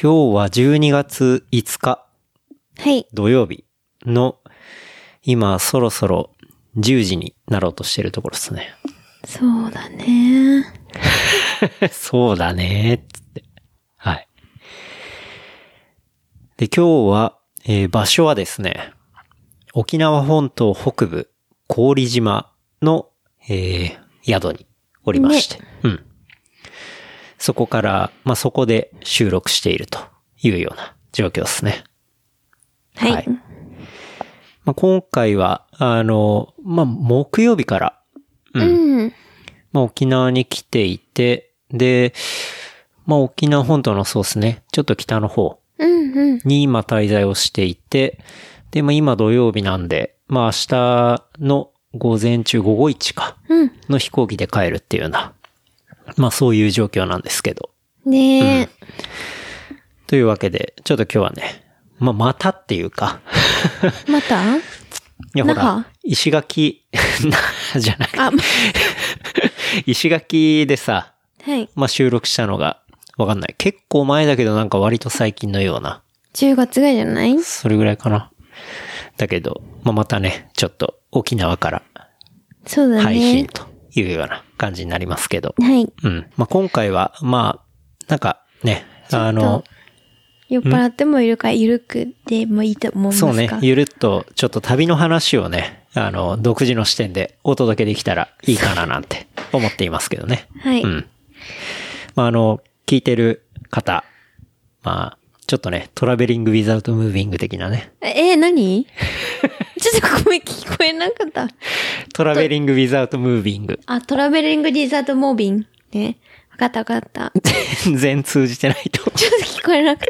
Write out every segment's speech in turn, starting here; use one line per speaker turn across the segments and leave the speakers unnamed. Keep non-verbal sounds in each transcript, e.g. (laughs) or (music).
今日は12月5日
はい。
土曜日の、今そろそろ10時になろうとしてるところですね。
そうだね。
(laughs) そうだねー、つって。はい。で、今日は、えー場所はですね、沖縄本島北部、郡島の、えー宿におりまして、うん。そこから、まあ、そこで収録しているというような状況ですね。
はい。
はいまあ、今回は、あの、まあ、木曜日から、
うん。
まあ、沖縄に来ていて、で、まあ、沖縄本島のそうですね、ちょっと北の方
うんうん。
に今滞在をしていて、で、まあ、今土曜日なんで、まあ、明日の午前中午後1か、
うん。
の飛行機で帰るっていうような、まあ、そういう状況なんですけど。
ねえ。
というわけで、ちょっと今日はね、まあ、またっていうか、 (laughs)
また
いや、ほ
那
ら
覇、
石垣、 (laughs) なじゃなくて、
あ、
(laughs) 石垣でさ、
はい。
まあ、収録したのが、わかんない。結構前だけどなんか割と最近のような、
10月ぐらいじゃない
それぐらいかな。だけど、まあ、またね、ちょっと沖縄から
そうだ
配信
ね。
というような感じになりますけど。
はい。
うん。まあ、今回は、まあ、なんかね、あの、
酔っ払ってもいるから、ゆるくでもいいと思います
そ
か
うね、ゆるっとちょっと旅の話をね、あの、独自の視点でお届けできたらいいかななんて思っていますけどね。
はい。
うん。まあ、あの、聞いてる方、まあ、ちょっとね、トラベリング・ウィザウト・ムービング的なね、
え、え何 (laughs) ちょっとごめん、聞こえなかった。
トラベリング・ウィザウト・ムービング。
あ、トラベリング・ディザート・モービン。ね。わかったわかった。
(laughs) 全然通じてない
(laughs)
と。
ちょっと聞こえなかっ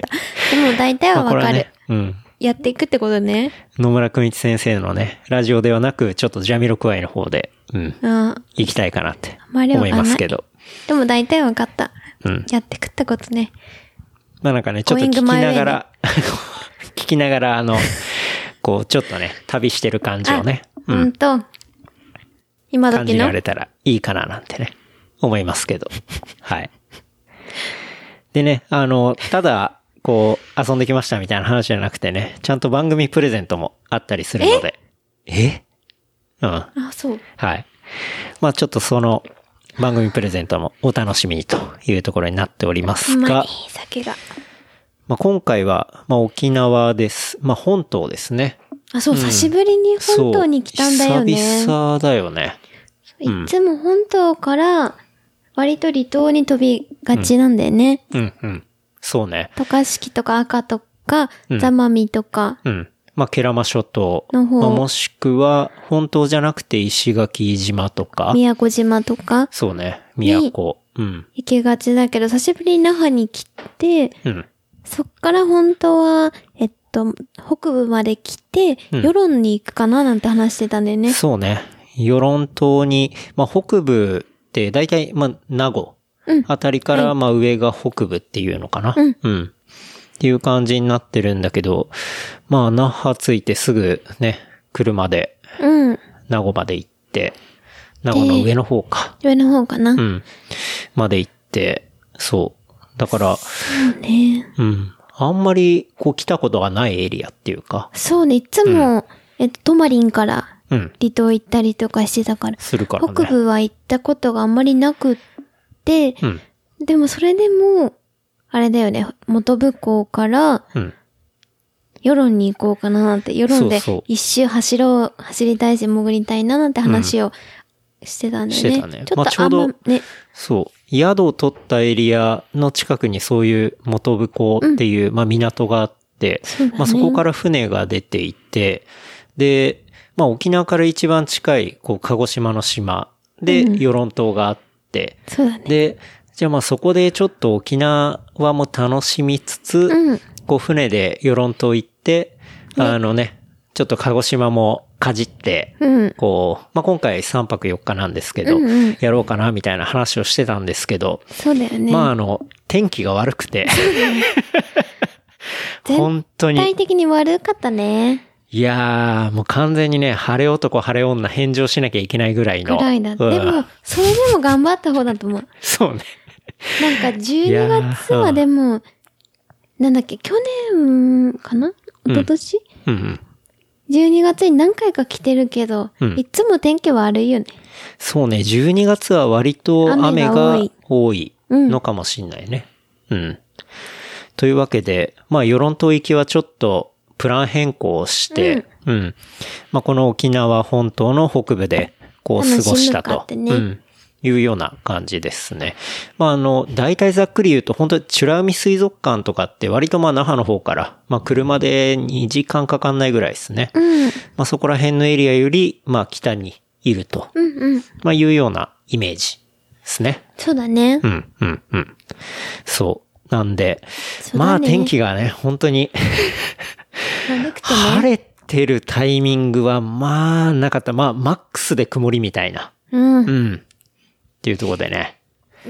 た。でも大体は
まあ
わかる。
ね、うん。
やっていくってことね。
野村くみち先生のね、ラジオではなく、ちょっとジャミロクワイの方で、うん、
うん。
行きたいかなって
まり
思
わかん
い
ない
ますけど。
でも大体わかった。
うん。
やっていくってことね。
まあなんかね、ちょっと聞き
Going my way
ながら、 (laughs) 聞きながら、あの、こう、ちょっとね、旅してる感じをね、う、
うんんと、今
感
時
じら
の。
れたらいいかななんてね、思いますけ
(laughs)
ど。はい。でね、あの、ただ、こう、遊んできましたみたいな話じゃなくてね、ちゃんと番組プレゼントもあったりするので。えうん。
あ、そう。
はい。まあちょっとその番組プレゼントもお楽しみにというところになっております
うま
が
い、酒が。
まあ、今回は、まあ、沖縄です。まあ本島ですね。
あ、そう、久しぶりに本島に来たんだよね。
そう久々だよね。
いつも本島から、割と離島に飛びがちなんだよね。
うんうん。そうね。
渡嘉敷とか赤とか
うん、
ザマミとか、
うん。まあ、ケラマ諸島。
の方
まあ、もしくは、本島じゃなくて石垣島とか。
宮古島とか、
そうね。宮古。うん。
行きがちだけど、久しぶりに那覇に来て、
うん。
そっから本当は、えっと、北部まで来て、
うん
世論に行くかななんて話してたんだよね。
そうね。与論島に、まあ、北部って、大体、まあ、名護
うん
あたりから、まあ、上が北部っていうのかな。
うん
っていう感じになってるんだけど、まあ、那覇着いてすぐね、車で
うん。
名護まで行って、名護の上の方か。
上の方かな。
うん。まで行って、そう。だから、
ね
うん。あんまり、こう、来たことがないエリアっていうか、
そうね、いつも、えっと、トマリンから
うん。
離島行ったりとかしてたから、
するからね。
北部は行ったことがあんまりなくって、
うん。
でもそれでも、あれだよね、元部港から、
うん。
世論に行こうかななんて、世論で
そうそう
一周走ろう、走りたいし潜りたいななんて話をしてたんだよね。
してたね
ちょ
ま
っ
あち
と
ょ
あ
うんど
まね、
そう。宿を取ったエリアの近くにそういう元部港っていう、まあ港があって、
そうだね
まあそこから船が出ていて、で、まあ沖縄から一番近い、こう、鹿児島の島で、与論島があって、
そうだね。
で、じゃあまあそこでちょっと沖縄も楽しみつつ、
うん。
こう船で与論島行って、あのね、ちょっと鹿児島もかじって、
うん。
こう、まあ、今回3泊4日なんですけど、
うんうん
やろうかなみたいな話をしてたんですけど、
そうだよね。
まああの、天気が悪く
(laughs)
て、本当
具体
に、
的に悪かったね。
いやー、もう完全にね、晴れ男、晴れ女、返上しなきゃいけないぐらい
ぐ
の。
らいだ。で
うん
も、それでも頑張った方だと思う。
そうね。
なんか
いやー
12月はでも、なんだっけ、去年かな一昨年、
うんうん。
?12 月に何回か来てるけど、
うん
いつも天気悪いよね。
そうね、12月は割と雨が
雨が
多い
うん
のかもしんないね。うん。というわけで、まあ、与論島行きはちょっとプラン変更をして、うん。まあ、この沖縄本島の北部で、こう過
楽しむ
ごしたと
かっ。てね
うん。いうような感じですね。まあ、あの、大体ざっくり言うと、本当に美ら海水族館とかって割とまあ那覇の方から、まあ車で2時間かかんないぐらいですね。
うん。
まあそこら辺のエリアより、まあ北にいると
うんうん。
まあ、いうようなイメージですね。
そうだね。
うん、うん、うん。そう。なんで、
うだね
まあ天気がね、本当に
悪くて
晴
ね。
れてるタイミングはまあなかった。まあマックスで曇りみたいな。
う。
うんん。っていうところでね。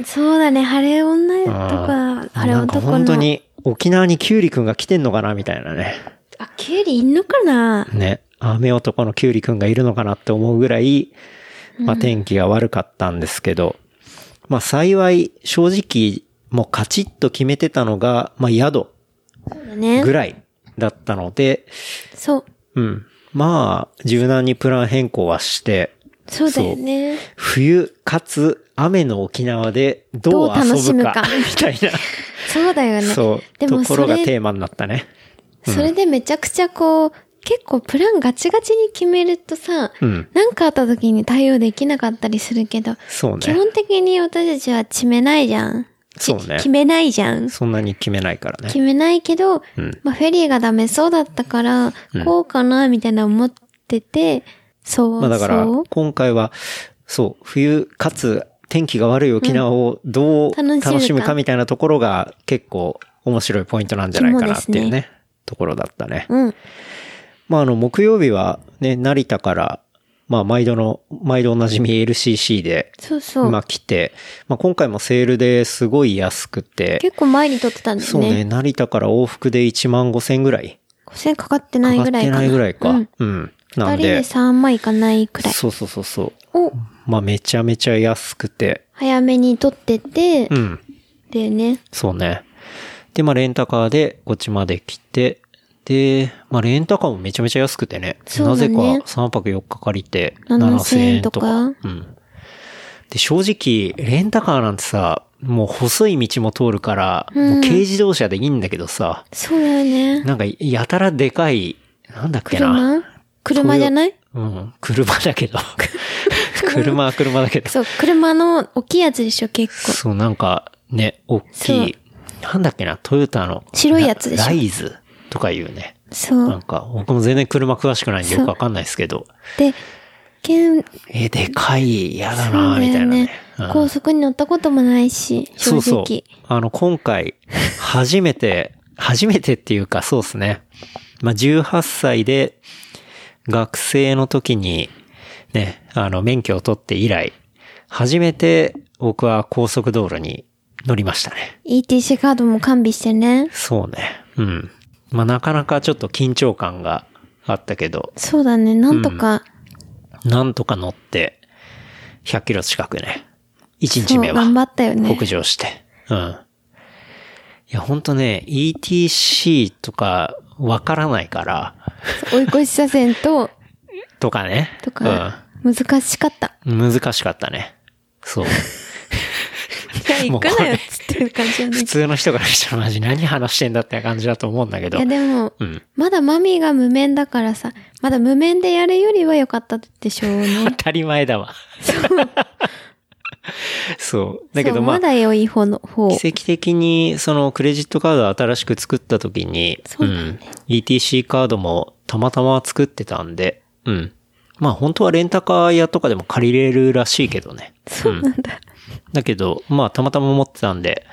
そうだね。晴れ女と
あ
か、
ー
晴れ
なんか
男
本当
の。
に沖縄にキュウリくんが来てんのかなみたいなね。
あ、キュウリいんのかな
ね。雨男のキュウリくんがいるのかなって思うぐらい、まあ天気が悪かったんですけど、まあ幸い、正直、もうカチッと決めてたのが、まあ宿
そうだね
ぐ。らいだったので、
そ
う
う。
ん。まあ、柔軟にプラン変更はして、
そうだよね。
冬かつ雨の沖縄でどう
どう
遊
楽し
ぶ
む
か
か
みたい
(laughs) そうだ
な、
よね。
そう、
で
と
も
こ
そ
ろが
れ
テーマになったね。
それでめちゃくちゃこう、結構プランガチガチに決めるとさ、
うん。
なんかあった時に対応できなかったりするけど、
そう
基
ね。
本的に私たちは決めないじゃん。ち
そうね
決めないじゃん。
そんなに決めないから
決
ね。
めないけど、
うん。
まあ、フェリーがダメそうだったから、
うん
こうかな、みたいな思ってて、そう、
まあだから
そう、
今回は、そう、冬かつ天気が悪い沖縄をどう
うん楽しむか
楽しむかみたいなところが結構面白いポイントなんじゃないかなっていうね、
肝で
ところだったね。
うん。
まあ、あの、木曜日はね、成田から、まあ、毎度の、毎度おなじみ LCC で、
そうそう。
まあ、来て、まあ、今回もセールですごい安くて、
結構前に撮ってたんだよ
そうね、
ね。
成田から往復で1万5千ぐらい。
5000かかってな
上
い
がっ
ぐらい
て
かな。
ないぐらいか。
う
うんん。
二
な
人
ん
で
で、
3万いかないくらい。
そうそうそうそう。
を
まあ、めちゃめちゃ安くて、
早めに撮ってて、
うん。
だよね。
そうね。で、まあ、レンタカーでこっちまで来て、で、まあ、レンタカーもめちゃめちゃ安くてね。
そう
な
だ
ぜ
ね
か3泊4日借りて
7000
7000
円
円
と
と
か
か。うん。で、正直、レンタカーなんてさ、もう細い道も通るから、
うん
もう軽自動車でいいんだけどさ、
そうだよね。
なんかやたらでかい、なんだっけな。
車車じゃない
うん、車だけ
(laughs)
ど。車は車だけど。
そう、車の大きいやつでしょ、結構。
そう、なんかね、大きい、なんだっけな、トヨタの。
白いやつでしょ
ラライズとかいうね。
そ
なん
う。
か、僕も全然車詳しくないんでよくわかんないですけど。
で、けん、
えー、でかい、嫌だ
そ
な
うだ
みた
よ
いな
ね
ね。うん。
高速に乗ったこともないし、正
そうそ
直。
う。あの、今回、初めて、 (laughs) 初めてっていうか、そうですね。まあ、18歳で、学生の時に、ね、あの、免許を取って以来、初めて僕は高速道路に乗りましたね。
ETC カードも完備してね。
そうね。うん。まあ、なかなかちょっと緊張感があったけど、
そうだね、なんとか。
なんとか乗って、100キロ近くね。1日
そう、
目は
頑張ったよね
北。上して。うん。いや、ほんとね、ETC とかわからないから、
追い越し車線と、
とかね。
とか、難しかった。
うん。難しかったね。
(laughs)
そう。
いや、行
もう
くなよ、っつってる感じだ
(laughs)
ね
普。通の人からしたらマジ何話してんだって感じだと思うんだけ
い
ど
や、。でも、
うん。
まだマミーが無面だからさ、まだ無面でやるよりは良かったでしょう
当
ね。
たり前だわ。 (laughs) そう。 (laughs) だけ
そ
ど
う
まあ
ま、だ良い方の方。
奇跡的に、そのクレジットカードを新しく作った時に、
そうだね
ん。ETC カードもたまたま作ってたんで、うん。まあ本当はレンタカー屋とかでも借りれるらしいけどね。
そうなんだ。
だけど、まあ、たまたま持ってたんで、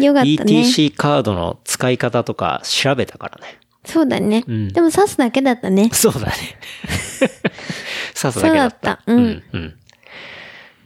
よかったね。
ETC カードの使い方とか調べたからね。
そうだね。
ん
でも刺すだけだったね。
そう
(laughs)
だね。刺すだけだった。
そうだったうん
うん。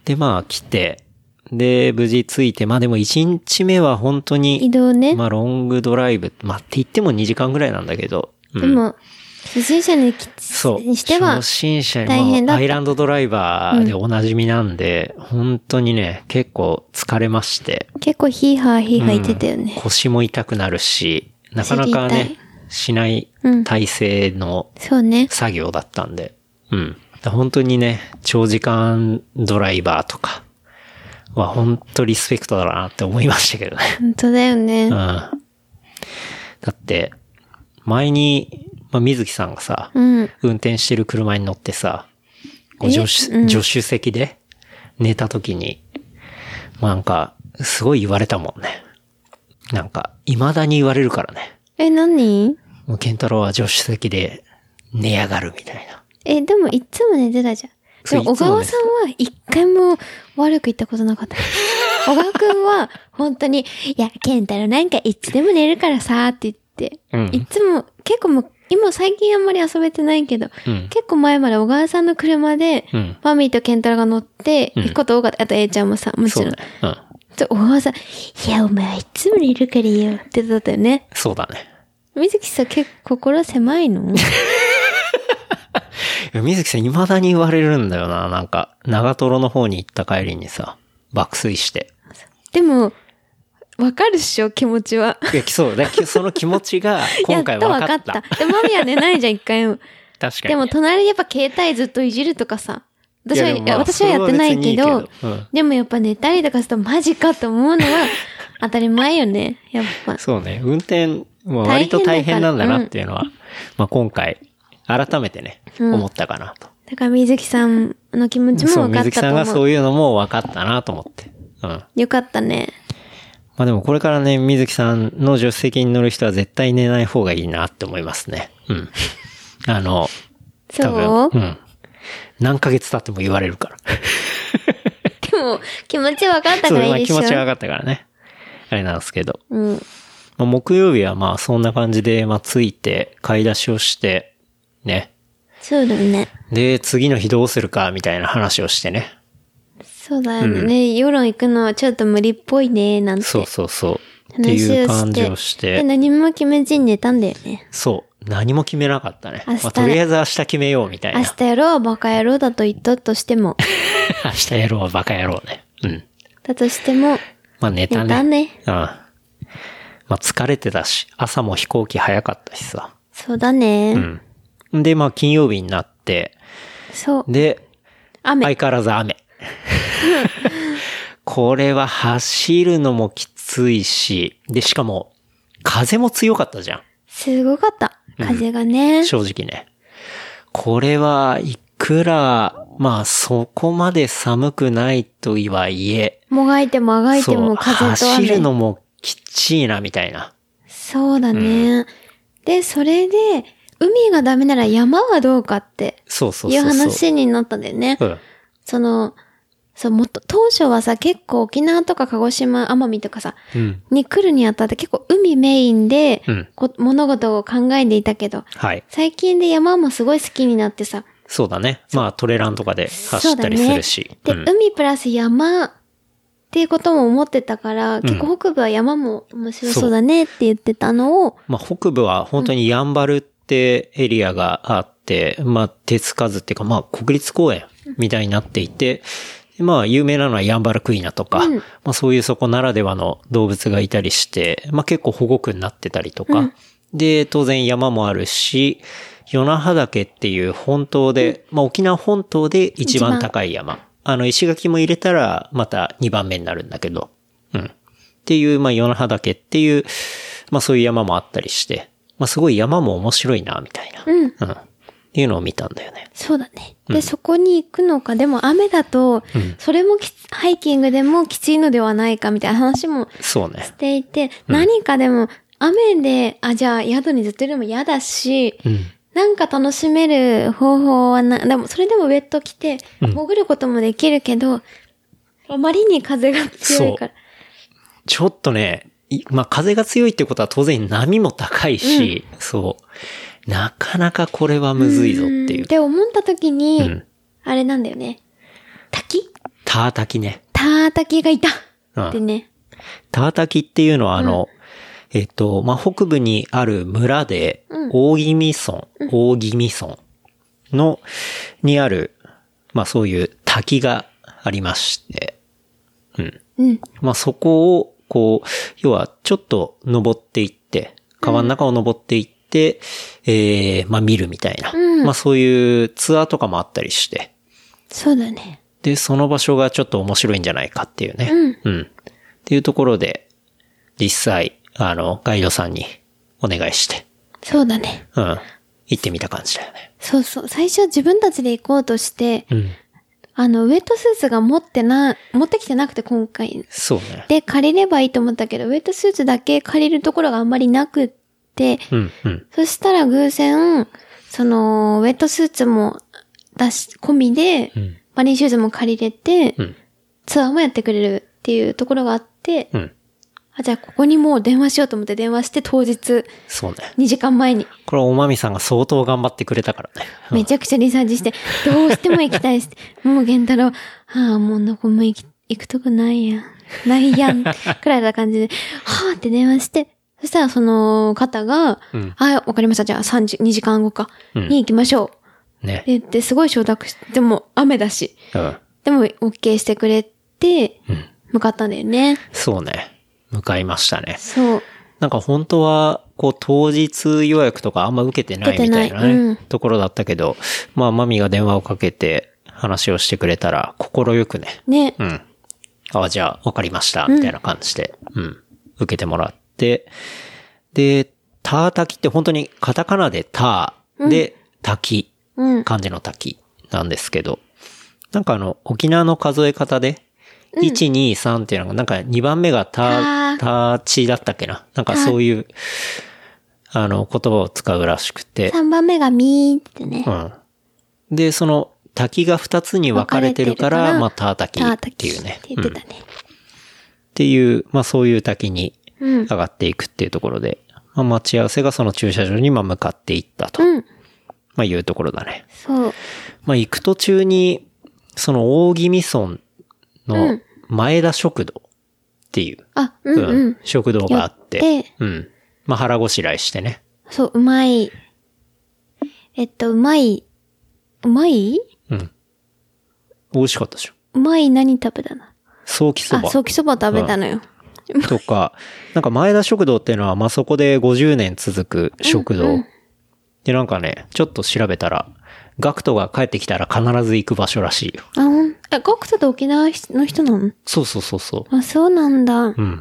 で、まあ、来て、で、無事着いて、まあでも1日目は本当に、
移動ね。
まあ、ロングドライブ、まあ、って言っても2時間ぐらいなんだけど。うん
でも、初心者にき
そう。
にしては
初、心者に
大変だった
アイランドドライバーでおなじみなんで、本当にね、結構疲れまして、
結構ヒーハーヒーハー言ってたよね。
腰も痛くなるし、なかなか
お尻
ね
痛、
しない
うん
体勢の
そうね。
作業だったんで。うん。本当にね、長時間ドライバーとかは本当リスペクトだなって思いましたけどね。
本当だよね。
うん。だって、前に、まあ、水木さんがさ、
うん。
運転してる車に乗ってさ、こう助手、
うん
助手席で寝た時に、まあなんか、すごい言われたもんね。なんか、未だに言われるからね。
え、何
もうケンタロウは助手席で寝やがるみたいな。
え、でもいっつも寝てたじゃん。
そ
で
うい
も小
つも
川
寝て
さ
た
んは一回も悪く言ったこと
(laughs)
なかった。小川くんは本当に、いや、ケンタロウなんかいつでも寝るからさーって言って、
うん
いつも結構もう、今最近あんまり遊べてないけど、
うん
結構前まで小川さんの車で、
うん
マミーとケンタロウが乗って、
うん
行くこと多かった。あと A ちゃんもさ、もち
そう
ろん。
ね。うん。
ちょ小川さん、いや、お前はいつも寝るからいいよってだったよね。
そうだね。
水木さん結構心狭
(laughs)
いの
いや水木さん未だに言われるんだよな。なんか、長瀞の方に行った帰りにさ、爆睡して。
でも、わかるっしょ、気持ちは。
いや、そう。
(laughs)
だきその気持ちが今回分かった。
やっとわかった。で、マミは寝ないじゃん、一回も。
確かに。
でも、隣でやっぱ携帯ずっといじるとかさ。私は、
いやでもまあ
いや私はやってないけ
それは
ど
別にいいけどうん
でもやっぱ寝たりとかするとマジかと思う
(laughs)
のは当たり前よね。やっぱ。
そうね。運転、もう割と大変なんだなっていうのは、まあ今回、改めてね、
うん
思ったかなと。
だから水木さんの気持ち
そ
も
う、
分かっ
水木
た
さんが
と思。
そうういうのも分かったなと思って。うん。ま
よかったね。
あでもこれからね、水木さんの助手席に乗る人は絶対寝ない方がいいなって思いますね。
(laughs)
うん。あの、
そ
多分、
う、
うん。何ヶ月経っても言われるから。
でも気持ち分かっ
(laughs)
た
そ
か
う、
ら
まあ
いいで
気
しょ。
持ちは分かったからね。あれなんですけど。
うん。
まあ、木曜日はまあそんな感じで、まあついて、買い出しをして、ね。
そうだね。
で、次の日どうするか、みたいな話をしてね。
そうだよね。世論行くのはちょっと無理っぽいね、なんて。
そうそうそう。って
話をして。
いう感じをし
で、
て。
何も決めずに寝たんだよね。
そう。何も決めなかったね。
明
ま
日
あ、とりあえず明日決めようみたいな。
明
明日
日やろう、バカ野郎だと言ったとし
(laughs)
ても。
やろう、バカやろうね。うん。
だとしても、
まあ寝たね。
寝たね
うん。まあ疲れてたし、朝も飛行機早かったしさ。
そうだね。
うん。で、まあ金曜日になって、
そう。
で、
雨。
相変わらず
(laughs)
雨。これは走るのもきついし、で、しかも、風も強かったじゃん。
すごかった。風がね。
正直ね。これはいくら、まあそこまで寒くないとはいえ、
もがいてもあがいて
そう、
も風と
走る
雨。
のもきっちいなみたいな。
そうだね。で、それで、海がダメなら山はどうかって
そうそう
い
そううそう。
話になったんだよね。
うん。
その、そう、もっと、当初はさ、結構沖縄とか鹿児島、奄美とかさ、
うん。
に来るにあたって結構海メインで、
うん
こ物事を考えていたけど、
はい。
最近で山もすごい好きになってさ、
そうだね。まあトレランとかで走ったりするし。
で、
うん
海プラス山っていうことも思ってたから、結構北部は山も面白そうだねって言ってたのを、
まあ、北部は本当にやんばるってエリアがあって、まあ、手つかずっていうか、まあ、国立公園みたいになっていて、でまあ、有名なのはヤンバルクイナとか、
うん
まあ、そういうそこならではの動物がいたりして、まあ、結構保護区になってたりとか、で、当然山もあるし、与那覇岳っていう本島で、まあ、沖縄本島で一
一番
番高い山。あの、石垣も入れたら、また2番目になるんだけど、うん。っていう、まあ、与那覇岳っていう、まあそういう山もあったりして、まあすごい山も面白いな、みたいな。
うん。
うん。っていうのを見たんだよね。
そうだね。で、そこに行くのか、でも雨だと、それもきつハイキングでもきついのではないかみたいな話も
そうね
し。ていて、何かでも、雨で、あ、じゃあ宿にずっといるのも嫌だし、
うん。
なんか楽しめる方法はな、でも、それでもウェット着て、潜ることもできるけど、あまりに風が強いから。
ちょっとね、いまあ風が強いってことは当然波も高いし、そう。なかなかこれはむずいぞってい
ん
う
っ。て思った時に、
うん
あれなんだよね。滝
タータキね。
ター滝がいた
うん
ってね。
タータキっていうのはあの、えっと、まあ、北部にある村で、大宜味村、大宜味村の、にある、まあ、そういう滝がありまして、
うん。
まあ、そこを、こう、要は、ちょっと登っていって、川の中を登っていって、ええまあ、見るみたいな、
うん
まあ、そういうツアーとかもあったりして、
そうだね。
で、その場所がちょっと面白いんじゃないかっていうね。うん。っていうところで、実際、あの、ガイドさんにお願いして、
そうだね。
うん。行ってみた感じだよね。
そうそう。最初自分たちで行こうとして、
うん。
あの、ウェットスーツが持ってな、持ってきてなくて今回。
そうね。
で、借りればいいと思ったけど、ウェットスーツだけ借りるところがあんまりなくって、
うん、うん。
そしたら偶然、その、ウェットスーツも出し、込みで、
うん。
マリンシューズも借りれて、
うん。
ツアーもやってくれるっていうところがあって、
うん。
あ、じゃあここにもう電話しようと思って電話して当日、
そうね。
2時間前に、
これはおまみさんが相当頑張ってくれたからね。うん
めちゃくちゃリサーチして、どうしても行きたいして、もう源太郎、ああ、もうどこも行き、行くとこないやん。ないやん。くらいな感じで、はあって電話して、そしたらその方が、
うん
ああ、わかりました。じゃあ3時、2時間後か、
うん
に行きましょう。
ね。
で、で、すごい承諾して、でも雨だし。
うん。
でも、OK してくれて、向かったんだよね。
そうね。向かいましたね。
そう。
なんか本当は、こう当日予約とかあんま受けてないみたいなね、
受けてないうん
ところだったけど、まあマミが電話をかけて話をしてくれたら、心よくね、
ね。
うん。ああ、じゃあ、わかりました、みたいな感じで、うん、受けてもらって、で、ター滝って本当にカタカナでターで滝、
うん。
漢字の滝なんですけど、なんかあの、沖縄の数え方で、1、2、3っていうのが、なんか2番目が
タ
タ
ー
タチだったっけななんかそういう、あの、言葉を使うらしくて、
3番目がミーってね
う。ん。で、その、滝が2つに分かれてるから、
分かれてるから
まあ、ター
ター
滝
タ
って
キ
いう
っ
ね
て。言ってたね。
っていう、まあそういう滝に
うん
上がっていくっていうところで、まあ待ち合わせがその駐車場にまあ向かっていったと、
うん。
まあいうところだね。
そう。
まあ行く途中に、その大宜味村
う
の
ん
前田食堂っていう、
あ、うん
う
うんん。
食堂があって、
寄って
うん。まあ腹ごしらえしてね。
そう、うまい。えっと、うまい。うまい
うん。美味しかったでしょ。
うまい何食べたの
早期そ
あ、
ば
ソーキそば食べたのよ。
とか、 (laughs) なんか前田食堂っていうのは、まあそこで50年続く食堂。で、なんかね、ちょっと調べたら、ガクトが帰ってきたら必ず行く場所らしいよ。
あ、ほん、あ、ガクトって沖縄の人なの
そうそうそうそ
あ、そうなんだ
う。。うん。っ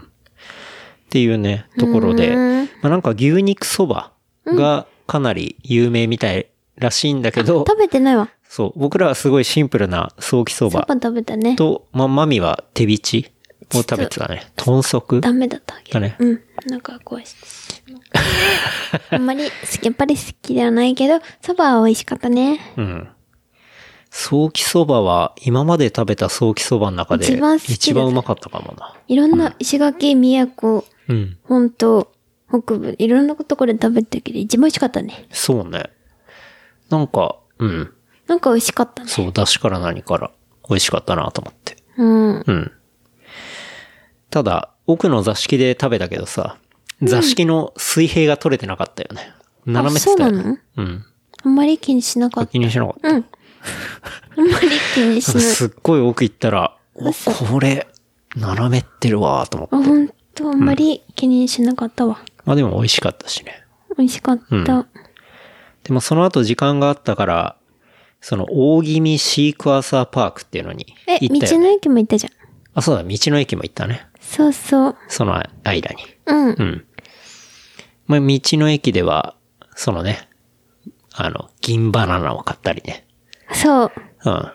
ていうね、ところで、
う
ま
ん
あなんか牛肉そばがかなり有名みたいらしいんだけど、
食べてないわ。
そう、僕らはすごいシンプルな早期そ
そば
ば
食べたね。
と、まあマミは手びちを食べてたね。豚足
ダメだったわけ
だね
うん。なんか怖いし。あんまり好き、やっぱり好きではないけど、そばは美味しかったね。
うん。ソーキそばは、今まで食べたソーキそばの中で、
一番好きだ
一番うまかったかもな。
いろんな、石垣、宮古、
うん。
本島、北部、いろんなところで食べてるけど、一番美味しかったね。
そうね。なんか、うん。
なんか美味しかったね。
そう、出汁から何から、美味しかったなと思って。
うん。
うん。ただ、奥の座敷で食べたけどさ、座敷の水平が取れてなかったよね。斜めってたよ、ね。
あそうなの
うん。
あんまり気にしなかった。
気にしなかった。
うん。あんまり気にしない。
すっごい奥行ったら、お
嘘
これ、斜めってるわと思って。
あ、ほんと、あんまり気にしなかったわ。
まあでも美味しかったしね。
美味しかった。
んでもその後時間があったから、その大気味シークワーサーパークっていうのに
え、
行
道
ったよ、
の駅も行ったじゃん。
あ、そうだ、道の駅も行ったね。
そうそう。
その間に。
うん
う。ん。まあ、道の駅では、そのね、あの、銀バナナを買ったりね。
そう。
うん。ま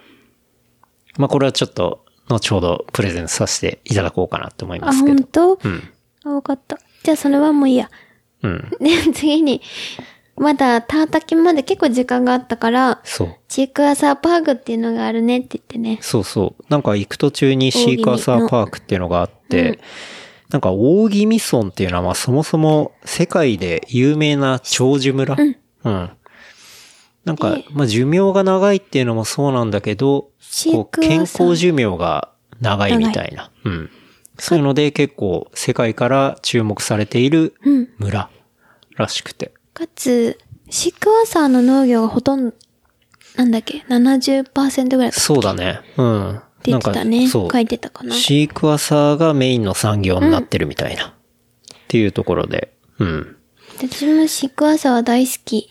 あ、これはちょっと、後ほどプレゼントさせていただこうかなと思いま
あ、
す
ほ
け
ん
ど。
と
うん。
(laughs) あ、わかった。じゃあそれはもういいや。
うん。
で、次に、まだタータキまで結構時間があったから、
そう。
シークワーサーパークっていうのがあるねって言ってね。
そうそう。なんか行く途中にシークワーサーパークっていうのがあって、なんか大宜味村っていうのはまあそもそも世界で有名な長寿村。うん。なんか、まあ寿命が長いっていうのもそうなんだけど
シ、ー
こう
クワーサー
健康寿命が長いみたいな。うん。そういうので結構世界から注目されている
うん
村らしくて。
かつ、シークワーサーの農業がほとんど、なんだっけ、70%ぐらいだっ
そうだね。うん。
て言ってたね。
そ
書
う。
いてたかな。
シークワーサーがメインの産業になってるみたいな。っていうところで。うん。
私もシークワーサーは大好き。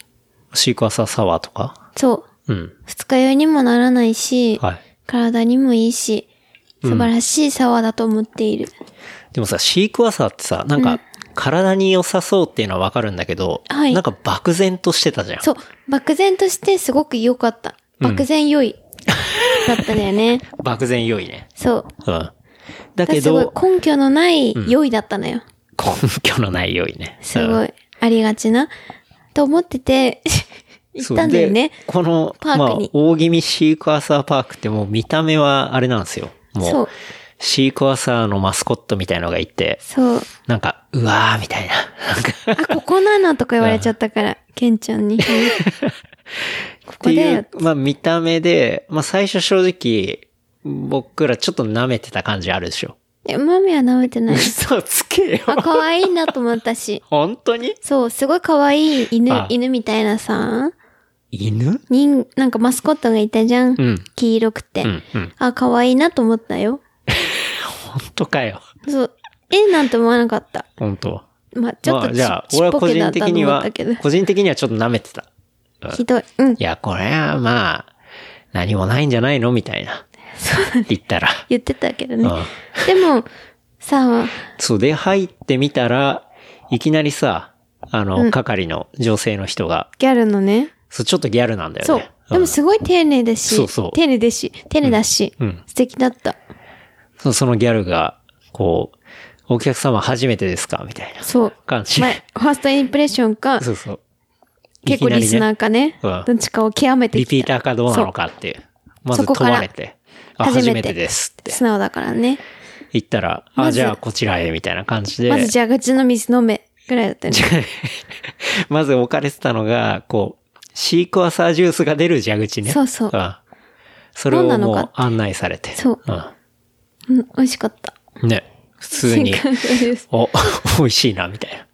シークワーサーサワーとか。
そう。
うん。
二日酔いにもならないし、
はい。
体にもいいし、素晴らしいサワーだと思っている。
でもさ、シークワーサーってさ、なんか、体に良さそうっていうのはわかるんだけど、
はい
なんか漠然としてたじゃん。
そう。漠然としてすごく良かった。漠然
(laughs)
良い。だったんだよね。
漠然良いね。
そう。
うん。だ
だから
け
すご
ど、
い根拠のない良いだったのよ。
根拠のない良いね。
す
う
ご
ん
い。ありがちな。と思ってて、行ったんだよね
そうで。この、
パーク
まあ
に、
大気味シークワーサーパークってもう見た目はあれなんですよ。
そ
もう
う、
シークワーサーのマスコットみたいのがいて、
そう。
なんか、うわーみたいな。なんか、
あ、ここなのとか言われちゃっ
(laughs)
たから、ケンちゃんに。
って
ここだ
い
よ
う。、まあ見た目で、まあ最初正直、僕らちょっと舐めてた感じあるでしょ。
え、マミは舐めてない。
嘘つけよ。
あ、可愛いなと思ったし。
本当に
そう、すごい可愛い犬
あ、
犬みたいなさ、
犬
人、なんかマスコットがいたじゃん。
うん
黄色くて。
うん
(laughs)
うん。
あ、可愛いなと思ったよ。
本当かよ。
そう。え、なんて思わなかった。
本当。
まあ、ちょっ
まあ
と
じ
ち
ゃあ、
ち
俺は
っぽ
個
けだ
人
った
的
と
に
思っ
は
たけど、。
個人的にはちょっと舐めてた。うん
ひどい。うん
い。や、これはまあ、何もないんじゃないのみたいな。そう言ったら。
言ってたけど
う
ね。
ん。
でも、さあ、
そう、で、入ってみたら、いきなりさ、あの、係の女性の人が、
ギャルのね。
そう、ちょっとギャルなんだよね。
そう。でもすごい丁寧だし、
そうそう
丁寧だし、丁寧だし、
うんうん
素敵だった。
そそのギャルが、こう、お客様初めてですかみたいな
そう。
感じ。
まあ、ファーストインプレッションか、
そうそう。
結構
いきなりね
リスナーかね、
うん
どっちかを極めて
リピ
き
ー
た。
ターかどうなのかっていう。まず
そこ
問
から
われて。あ、
初めて
初めてですって
素直だからね。
言ったら、
ま
あ、
ず
じゃあこちらへ、みたいな感じで。
まず蛇口の水飲めぐらいだったよね。
まず置かれてたのが、こう、シークワーサージュースが出る蛇口ね。
そうそうん
それを
どうなの
も
か
う案内されて。
そううん、美味しかった。
うん。ね。普通
(laughs)
に
新、感動です
お、 (laughs) 美味しいな、みたいな。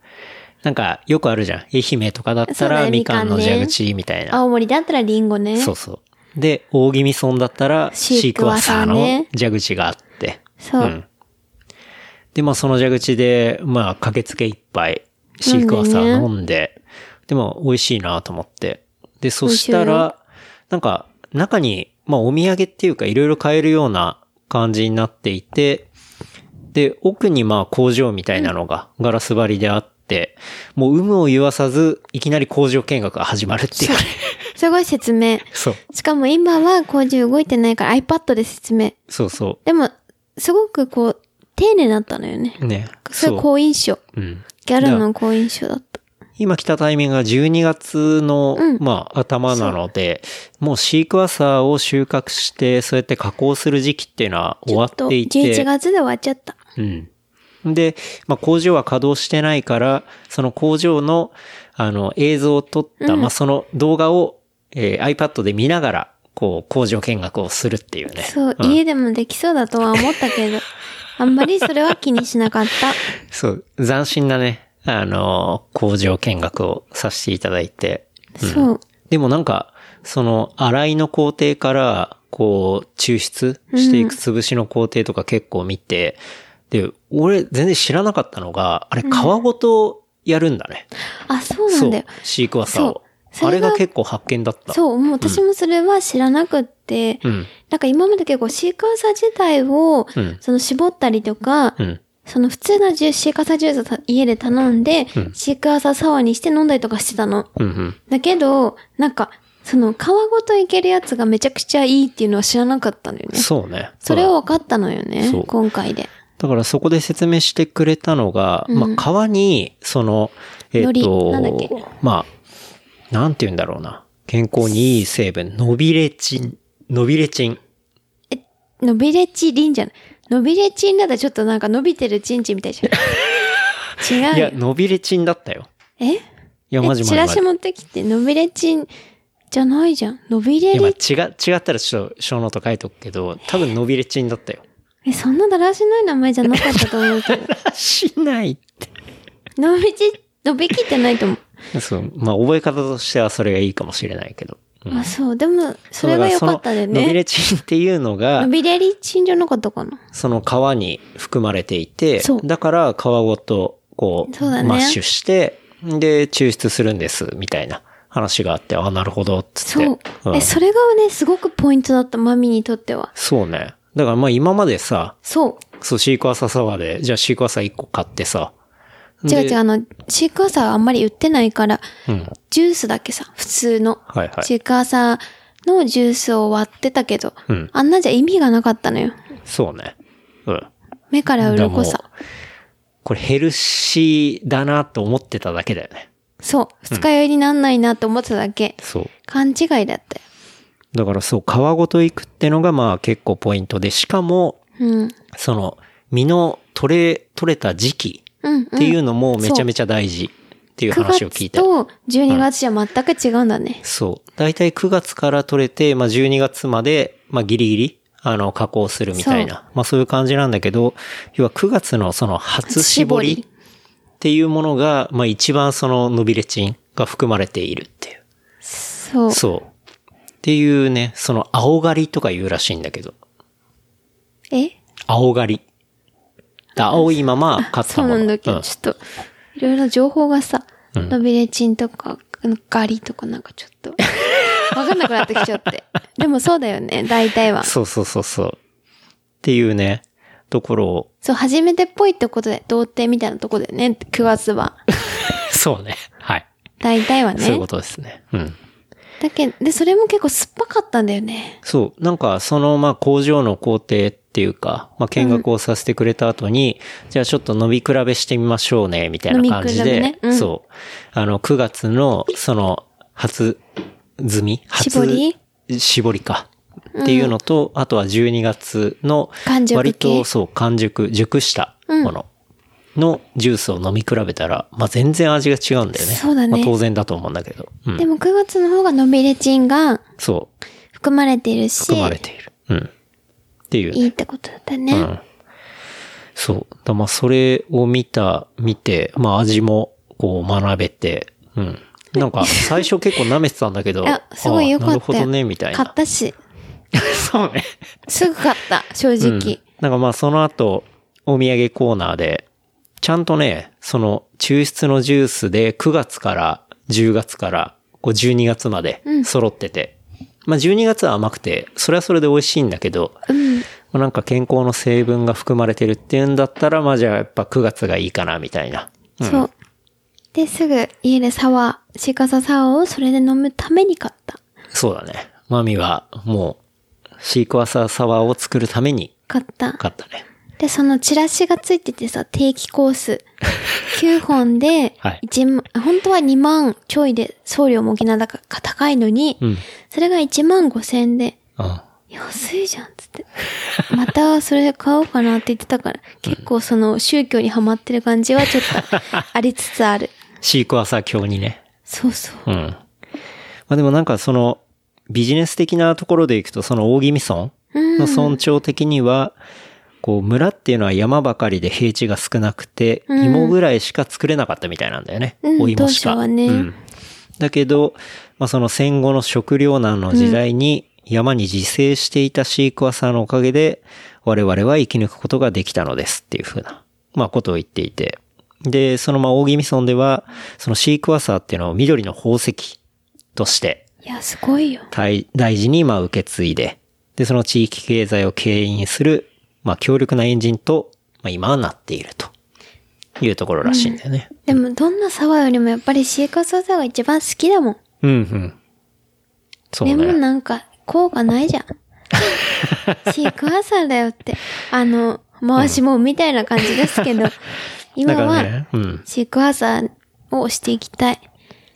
なんか、よくあるじゃん。愛媛とかだっ
そ
た
うだ
ら、
ね
みかんの
みかんね
蛇口、みたいな。
青森だったらリンゴね。
そうそう。で、大宜味村だったら、シ
シ
ー
ー
ク
ク
ワ
ワ
ー
ー
サ
サ
ー
ー
の
ね
蛇口があって。
そう
うん。で、まあ、その蛇口で、まあ、駆けつけ一杯、シークワーサー
飲
飲んで、でも、美味しいなと思って。で、そした
美味しい
ら、なんか、中に、まあ、お土産っていうか、いろいろ買えるような感じになっていて、で、奥にまあ工場みたいなのがガラス張りであって、もう有無を言わさず、いきなり工場見学が始まるっていうね。
すごい説明。
(laughs) そう。
しかも今は工場動いてないから iPad で説明。
そうそ
でも、すごくこう、丁寧だったのよね。
う。ね。
それ
そ
好印象。
う。うん。
ギャルの好印象だった。
今来たタイミングが12月の、
うん
まあ、頭なので、もうシークワーサーを収穫して、そうやって加工する時期っていうのは終わ
と
っていて。
11月で終わっちゃった。
うん。で、まあ、工場は稼働してないから、その工場の、あの、映像を撮った、まあ、その動画を、えー iPad で見ながら、こう、工場見学をするっていうね。
そう、
ん
家でもできそうだとは思っ
(laughs)
たけど、あんまりそれは気にしなかった。
そう、斬新なね、あのー、工場見学をさせていただいて。
そう。
でもなんか、その、洗いの工程から、こう、抽出していく潰しの工程とか結構見て、で、俺全然知らなかったのが、あれ、皮ごとやるんだね。
あ、そうなんだよ。
シークワーサーを。
そう
あれが
それが
結構発見だった。う。
そう、もう私もそれは知らなくって、
ん。
なんか今まで結構シーカーサー自体を、
うん
その絞ったりとか、
うん。
その普通のジューシーカーサージュースをた家で頼んで、シーカーサーサワーにして飲んだりとかしてたの。
うん。うん。
だけど、なんか、その皮ごといけるやつがめちゃくちゃいいっていうのは知らなかったんだよね。
そうね。
それは分かったのよね
そう、
今回で。
だからそこで説明してくれたのが、まあ、川に、その、えっ、
海苔なんだっけ
と、まあ、なんて言うんだろうな。健康にいい成分、ノビレチン、ノビレチン。
のびれちりんじゃない。のびれちんだったらちょっとなんか伸びてるちんちんみたいじ
(laughs)
ゃん。
い
違
や、
うよ。
ノビレチンだったよ。
え
いや、マジマ
え
ジ
チ
マ
ラ
ジ
シ。持ってきて、のびれちんじゃないじゃん。のびれ
今違
り、
違ったらちょっと小ノート書いとくけど、多分ノビレチンだった
(laughs)
よ。
え、そんなだらしない名前じゃなかったと思う
(laughs)
けど。
しないって。
伸びち、伸びきってないと思う。
そう。まあ、覚え方としてはそれがいいかもしれないけど。うん
あ、そう。でも、それが良かったで
ノビ
ね。
レチンっていうのが
の、びれりちんじゃなかったかな。
その皮に含まれていて
そう、
だから皮ごとこう、
そうだね
マッシュして、で、抽出するんです、みたいな話があって、あ、なるほど、つって。
そう。
ん
え、それがね、すごくポイントだった、マミにとっては。
そうね。だからまあ今までさ、
そ
そう、シークワーサーサワーで、じゃあシークワーサー1個買ってさ。
う。違う違う、
で
あの、シークワーサーはあんまり売ってないから、
うん。
ジュースだけさ、普通の。
はいはい
シークワーサーのジュースを割ってたけど、
うん
あんなじゃ意味がなかったのよ。
そうね。うん。
目から鱗さ
だ。からもうこれヘルシーだなと思ってただけだよね。
そう。二日酔いになんないなって思ってただけ。
そう。
勘違いだったよ。
だからそう、皮ごといくってのがまあ結構ポイントで、しかも、
うん。
その、実の取れ、取れた時期
うん、う
ってい
ん。
うのもめちゃめちゃ大事っていう
9
話を聞い
月
た。
と12月じゃ全く違うんだね。
そう。だいたい9月から取れて、まあ12月まで、まあギリギリ、あの、加工するみたいな。まあそういう感じなんだけど、要は9月のその初搾りっていうものが、まあ一番そのノビレチンが含まれているっていう。
そう。
そう。っていうね、その青狩りとか言うらしいんだけど。
え
青狩り。だ青いまま買った
そう
もの。
なんだけど、
うん
ちょっと、いろいろ情報がさ、のびれちんとか、ガリとかなんかちょっと、 (laughs) わかんなくなってきちゃって。でもそうだよね、大体は。
そうそうそうそう。っていうね、ところを。
そう、初めてっぽいってことで、童貞みたいなとこだよね、9月は。
そうね。はい。
大体
そ
は
ういう
ね
こ。とですね。うん。
だけど、で、それも結構酸っぱかったんだよね。
そう。なんか、その、まあ、工場の工程っていうか、まあ、見学をさせてくれた後に、じゃあちょっと飲み比べしてみましょうね、みたいな感じ
飲み
で、
比べねうん
そう。あの、9月の、その、初摘み初
絞り
絞りか。っていうのと、あとは12月の
完、熟系
割と、そう、完熟、熟したもののジュースを飲み比べたら、まあ、全然味が違うんだよね。
そうだね
まあ、当然だと思うんだけど。うん
でも9月の方がのびれちんが
そう。
含まれてるし、
含まれている。うん。っていうね、
いいってことだったね。
うん。そう。だまあ、それを見た、見て、まあ、味も、こう、学べて、うん。なんか、最初結構舐めてたんだけど、
いや、すごい良
あ
かっ
な
た
る
よ。
ほどね、みたい
買
な
っ。たし、
(laughs) そうね。
すぐ買った、正直。
なんかまあ、その後、お土産コーナーで、ちゃんとね、その、抽出のジュースで、9月から10月から、こう、12月まで、揃ってて。まあ、12月は甘くて、それはそれで美味しいんだけど、
うん。
まあなんか健康の成分が含まれてるっていうんだったら、まあじゃあやっぱ9月がいいかな、みたいな。
そう。で、すぐ家でサワー、シーカササワーをそれで飲むために買った。
そうだね。マミはもう、シークワーサーサワーを作るために
買った。
買ったね。
で、そのチラシがついててさ、定期コ
(laughs)
ース。9本で
はい
1万、本当は2万ちょいで送料も沖縄だから高いのに、
うん。
それが1万5千で、
あ
安いじゃんっつって。またそれ買おうかなって言ってたから、結構その宗教にハマってる感じはちょっとありつつある。
シークワーサー教にね。
そうそ
う
う。
ん。まあでもなんかその、ビジネス的なところでいくと、その大宜味村の村長的には、こう村っていうのは山ばかりで平地が少なくて、
うん
芋ぐらいしか作れなかったみたいなんだよね。
うん
お芋しか。
当初はね
うんだけど、まあ、その戦後の食糧難の時代に山に自生していたシークワーサーのおかげで、我々は生き抜くことができたのですっていうふうな、まあ、ことを言っていて。で、そのまあ、大宜味村では、そのシークワーサーっていうのを緑の宝石として、
いや、すごいよ。
大大事にまあ受け継いで、で、その地域経済を牽引する、まあ強力なエンジンと、まあ今はなっているというところらしいんだよね。
でもどんなサワーよりもやっぱりシーカササワーが一番好きだもん。
うん、うん。そう
でも
ね。
なんか、効果な
(laughs)
いじゃん。シークワーサーだよって。あの、回しもんみたいな
(laughs)
感じですけど、今
だから
は
ね、うん。
シークワーサーを押していきたい。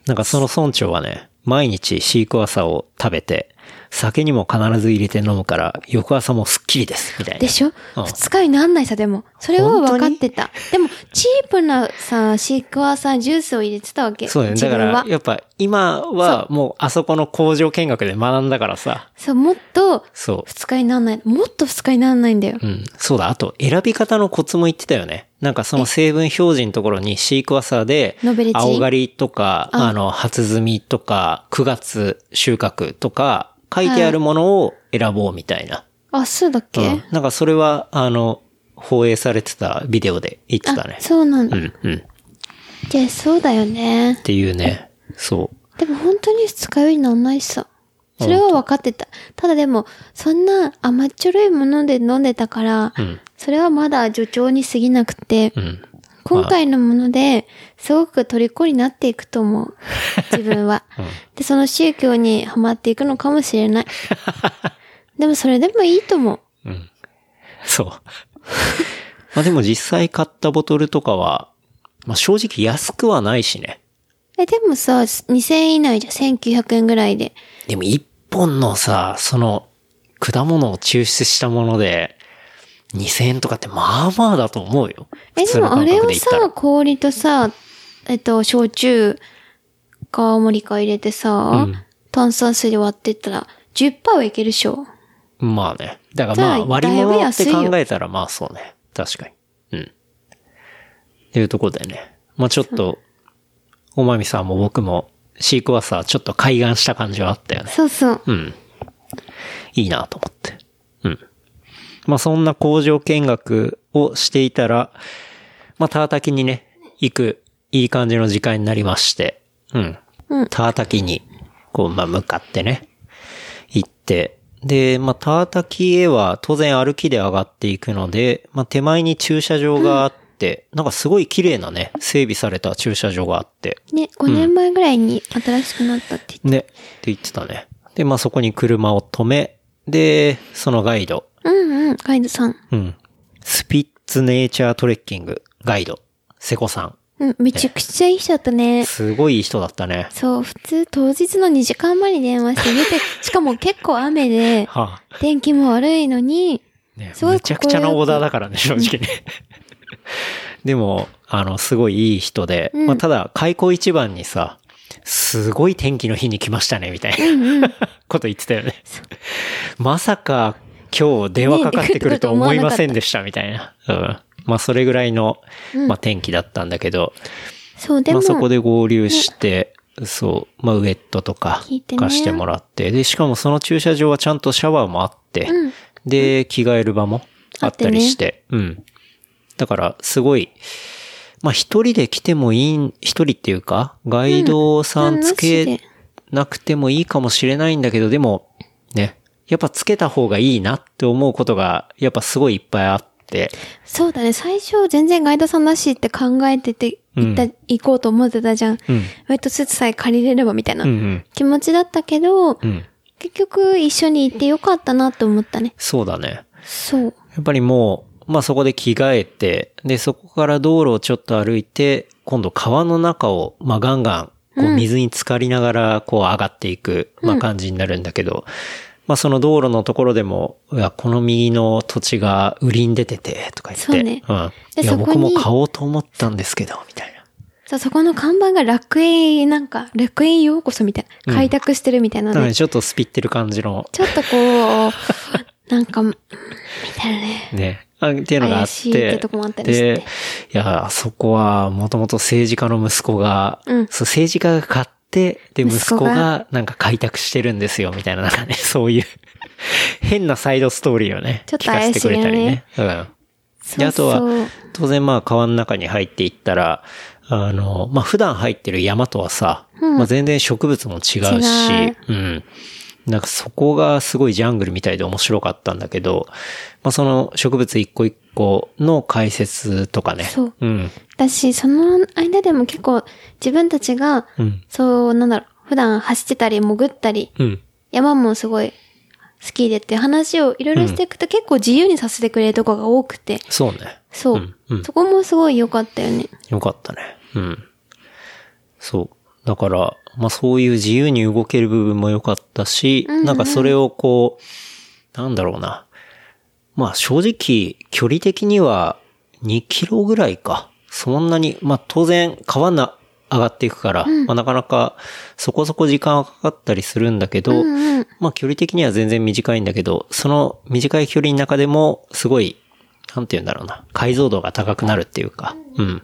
なんかその村長はね、毎日シークワーサーを食べて、酒にも必ず入れて飲むから、翌朝もスッキリです、みたいな。
でしょ
うん
二日になんないさ、でも。それは分
本
か
当
っ
に
てた。でも、チープなさ、シークワーサージュースを入れてたわけ。
そうだよね。
自
だか
分
ら
は、
やっぱ今はもうあそこの工場見学で学んだからさ、
そう、もっと、
そう。
二日になんない。もっと二日になんないんだよ。
うん。そうだ。あと、選び方のコツも言ってたよね。なんかその成分表示のところにシークワーサーで
ノベル、チン
青狩りとか、
あ
あの、初摘みとか、9月収穫とか、書いてあるものを選ぼうみたいな。
あ、そうだっけ、
うん。なんかそれは、あの、放映されてたビデオで言ってたね
あ、。そうなん
う
だ。
ん、うん。っ
じゃあ、そうだよね。
ていうね。そう。
でも本当に二日酔いになんないさ。それは分かってた。ただでも、そんな甘っちょろいもので飲んでたから、
ん
それはまだ助長に過ぎなくて、
うん。
今回のもので、すごく虜になっていくと思う。自
(laughs)
分は。で、その宗教にはまっていくのかもしれ
(laughs)
ない。でもそれでもいいと思う。
そう。 (laughs) まあでも実際買ったボトルとかは、まあ正直安くはないしね。
え、でもさ、2000円以内じゃん1900円ぐらいで。
でも一本のさ、その、果物を抽出したもので、2000円とかってまあまあだと思うよ。
え、
普
で
通の
もあ
感
れ
覚
を
で言った
さ、
ら。
氷とさ、えっと、焼酎か青森か入れてさ、炭酸水で割ってったら、10%はいけるでしょ。
まあね。だからま
じ
あ
ゃあ
割り
だいぶ
物っ
安
て
いよ
考えたらまあそうね。確かに。うん。っていうところでね。まあちょっと、おまみさんも僕も、シークワーサーちょっと開眼した感じはあったよね。
そうそう。
うん。いいなと思って。うん。まあ、そんな工場見学をしていたら、まあ、タータキにね、行く、いい感じの時間になりまして、うん。
うん
タータキに、こう、まあ、向かってね、行って、で、まあ、タータキへは当然歩きで上がっていくので、まあ、手前に駐車場があって、なんかすごい綺麗なね、整備された駐車場があって、
ね、5年前ぐらいに新しくなったって言って
ね。って言ってたね。で、まあ、そこに車を止め、で、そのガイド。
うんうん、ガイドさん。
うん。スピッツネイチャートレッキングガイド。瀬古さ
うん、めちゃくちゃいい人だったね
ん。。すごいいい人だったね。
そう、普通当日の2時間前に電話し
(laughs)
て出て、しかも結構雨で、
はあ。
天気も悪いのに、
ね、
すごい
めちゃくちゃなオーダーだからね、正直ね。 (laughs) でも、あの、すごいいい人で、
うん
まあ、ただ、開口一番にさ、すごい天気の日に来ましたね、みたいな、こと言ってたよね。まさか、今日電話かかってくると思いませんでした、みたいな。うん。まあ、それぐらいの、まあ、天気だったんだけど、
そう、で
ま
も、
あ、そこで合流して、そう、まあ、ウエットとか
聞いてね
貸してもらってで、しかもその駐車場はちゃんとシャワーもあって、
うん
で、着替える場もあったりして、うん。だから、すごい、まあ、一人で来てもいいん、一人っていうか、ガイドさんつ
うん
けなくてもいいかもしれないんだけど、でも、ね、やっぱつけた方がいいなって思うことが、やっぱすごいいっぱいあって、
そうだね、最初全然ガイドさんなしって考えてて、行った、行こうと思ってたじゃん。
うん
ウェットスーツさえ借りれればみたいな
うんうん、
気持ちだったけど、
うん。
結局一緒に行ってよかったなと思ったね。
そうだね。
そう。
やっぱりもう、まあ、そこで着替えて、で、そこから道路をちょっと歩いて、今度川の中を、まあ、ガンガン、こう水に浸かりながら、こう上がっていく、まあ、感じになるんだけど、まあ、その道路のところでも、いや、この右の土地が売りに出てて、とか言って。
そうね
うん。
で
いや、
そこ
僕
に
も買おうと思ったんですけど、みたいな。
そうそこの看板が楽園、なんか、楽園ようこそみたいな。開拓してるみたいな
なの
ね。
で、ちょっとスピってる感じの、
ちょっとこう、なんか、うんみたいなね。
ね。あっていうのがあっ
怪しいって
て
とこもあった。りして
で、いや、あそこはもともと政治家の息子が、
うん
そう政治家が買って、で、
息
息
子
子
が
がなんか開拓してるんですよ、みたいな、なんかね、 (laughs) そういう、変なサイドストーリーをね、
ちょっと
聞かせてくれたりね。うん。
そう
で、あとは
そう、
当然まあ川の中に入っていったら、あの、まあ普段入ってる山とはさ、まあ全然植物も違うし、
違う
うん。なんかそこがすごいジャングルみたいで面白かったんだけど、まあその植物一個一個の解説とかね。
そう
うん。
だし、その間でも結構自分たちが、
うん。
そう、なんだろう、普段走ってたり潜ったり、
うん。
山もすごい好きでっていう話をいろいろしていくと結構自由にさせてくれるとこが多くて、
そうね。
そ
う
う、
んうん
そこもすごい良かったよね。
よかったね。うん。そう。だから、まあそういう自由に動ける部分も良かったし、
うんうん
なんかそれをこう、なんだろうな。まあ正直、距離的には2キロぐらいか。そんなに、まあ当然川な、上がっていくから、まあなかなかそこそこ時間はかかったりするんだけど、
うんうん。
まあ距離的には全然短いんだけど、その短い距離の中でも、すごい、なんて言うんだろうな、解像度が高くなるっていうか、うん。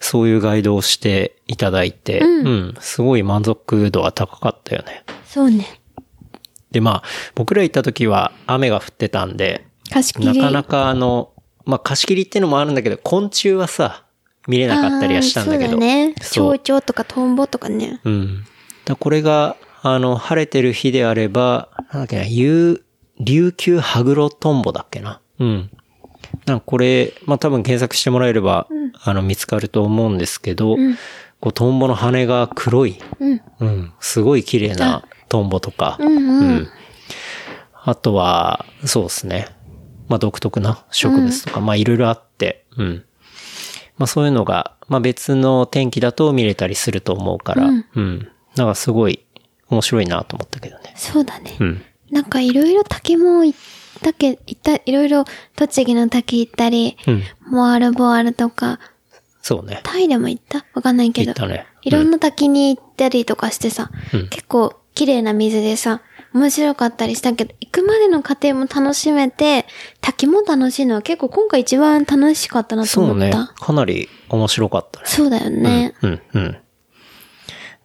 そういうガイドをしていただいて、うん、すごい満足度が高かったよね。
そうね。
で、まあ、僕ら行った時は雨が降ってたんで、
貸し切
な
り。
かなかあの、まあ貸し切りってのもあるんだけど、昆虫はさ、見れなかったりはしたんだけ
あーそ
ど。
うだね。
そう
蝶々とかトンボとかね。
うん。だこれが、あの、晴れてる日であれば、なんだっけな、ゆう琉球羽黒トンボだっけな。うん。なんかこれ、まあ、多分検索してもらえれば、あの、見つかると思うんですけど、こう、トンボの羽が黒い、
うん。
うん、すごい綺麗なトンボとか、
うんうん。
あとは、そうですね。まあ、独特な植物とか、まあ、いろいろあって、うん。まあ、そういうのが、まあ、別の天気だと見れたりすると思うから、うん。なんかすごい面白いなと思ったけどね。
そうだね。
うん。
なんかいろいろ竹も行ったけ、行った、いろいろ栃木の竹行ったり、
うん。
モアルボアルとか、
そうね。
タイでも行ったわかんないけ
行
ど
っ。たね。
いろんな滝に行ったりとかしてさ、結構綺麗な水でさ、面白かったりしたけど、行くまでの過程も楽しめて、滝も楽しいのは結構今回一番楽しかったなと
そう
思っ
ね
た。。
かなり面白かったね。
そう,、だよね。
うん、うん。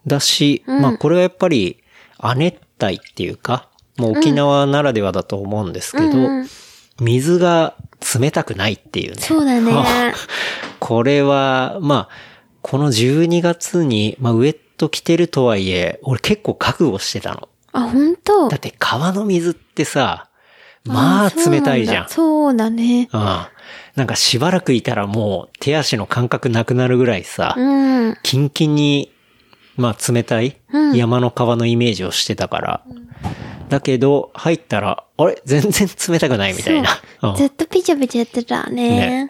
だし、
うん
まあこれはやっぱり、亜熱帯っていうか、もう沖縄ならではだと思うんですけど、
うんうん
水が冷たくないっていうね。
そうだね。
これは、まあ、この12月に、まあウェット着てるとはいえ、俺結構覚悟してたの。
あ、本当
だって川の水ってさ、まあ
そうなん
冷
だ
たいじゃん。
そうだね。
うん。なんかしばらくいたらもう手足の感覚なくなるぐらいさ、
うん。
キンキンに、まあ冷たい
うん
山の川のイメージをしてたから。だけど、入ったら、あれ全然冷たくないみたいな。うん
ずっとピチャピチャやってたね。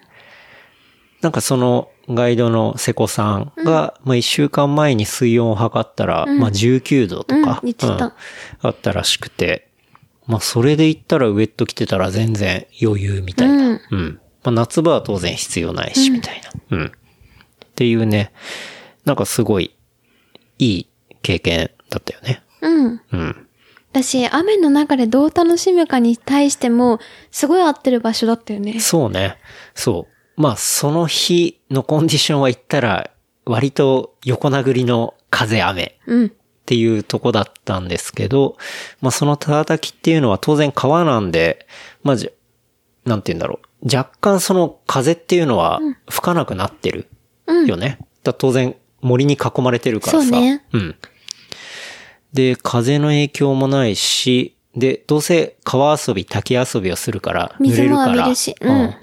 なんかそのガイドの瀬古さんが、まあ一週間前に水温を測ったら、まあ19度とか、
うん言ってた
あったらしくて、まあそれで行ったらウェット着てたら全然余裕みたいな。
うん
うん。まあ夏場は当然必要ないし、みたいな。うん。っていうね、なんかすごいいい経験だったよね。
うん。
うん。
だし、雨の中でどう楽しむかに対しても、すごい合ってる場所だったよね。
そうね。そう。まあ、その日のコンディションは言ったら、割と横殴りの風雨っ
うん。
ていうとこだったんですけど、まあ、その叩きっていうのは当然川なんで、まあ、じゃなんて言うんだろう。若干その風っていうのは吹かなくなってるよね。だ当然森に囲まれてるからさ。
そうね
うん。で、風の影響もないし、で、どうせ川遊び、滝遊びをするから、濡
水
れる
も
から。
浴びるしうん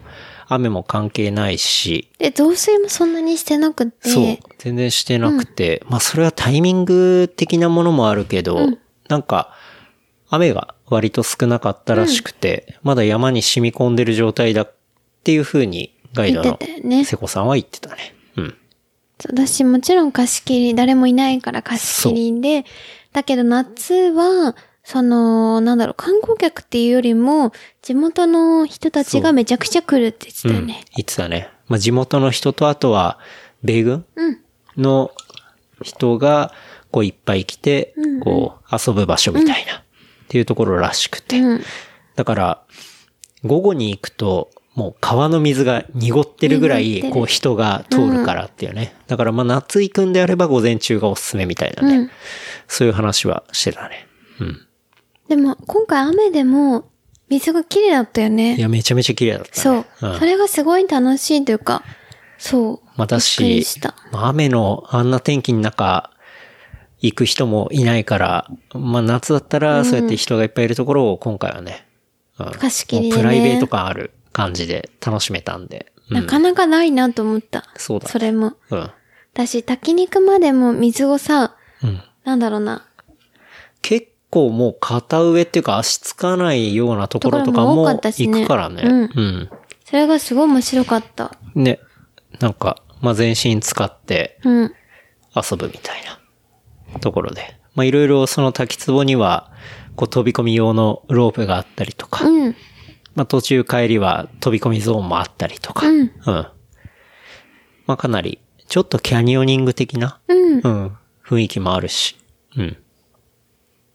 雨も関係ないし、
で、増水もそんなにしてなくて。
そう。全然してなくて、まあそれはタイミング的なものもあるけど、なんか、雨が割と少なかったらしくて、まだ山に染み込んでる状態だっていう風にガイド
言っ
の
てたよね
瀬古さんは言ってたね。うん。
そうだし、もちろん貸し切り、誰もいないから貸し切りで、だけど夏は、その、なんだろう、観光客っていうよりも、地元の人たちがめちゃくちゃ来るって言ってたよね。
言ってたね。まあ地元の人とあとは、米軍
うん。
の人が、こういっぱい来て、こう遊ぶ場所みたいな、っていうところらしくて。
うん。
だから、午後に行くと、もう川の水が濁ってるぐら
濁って
い、
る
こう人が通るからっていうね。だからまあ夏行くんであれば午前中がおすすめみたいなね。
うん
そういう話はしてたね。うん。
でも、今回雨でも、水が綺麗だったよ
い
ね。
や、めちゃめちゃ綺麗だった、ね。
そう、
ん
それがすごい楽しいというか、そう。
まあだ
びっく
し
りした、
まあ雨のあんな天気の中、行く人もいないから、まあ夏だったらそうやって人がいっぱいいるところを今回はね、うん
貸し切りでね
もうプライベート感ある感じで楽しめたんで。う。
なんかなかないなと思った。
そうだね
それも。
うん。
だし、炊き肉までも水をさ、
うん。
なんだろうな、
結構もう片上っていうか足つかないようなところとか
ところも多
も
かったし
行
ね
くからね。
う
うん。
それがすごい面白かった。
ね。なんか、まあ、全身使って
うん。
遊ぶみたいな。ところで。まあ、いろいろその滝壺には、こう飛び込み用のロープがあったりとか、
うん。
まあ、途中帰りは飛び込みゾーンもあったりとか、
うん
まあ、かなり、ちょっとキャニオニング的な、
うん。
うん、雰囲気もあるし、うん。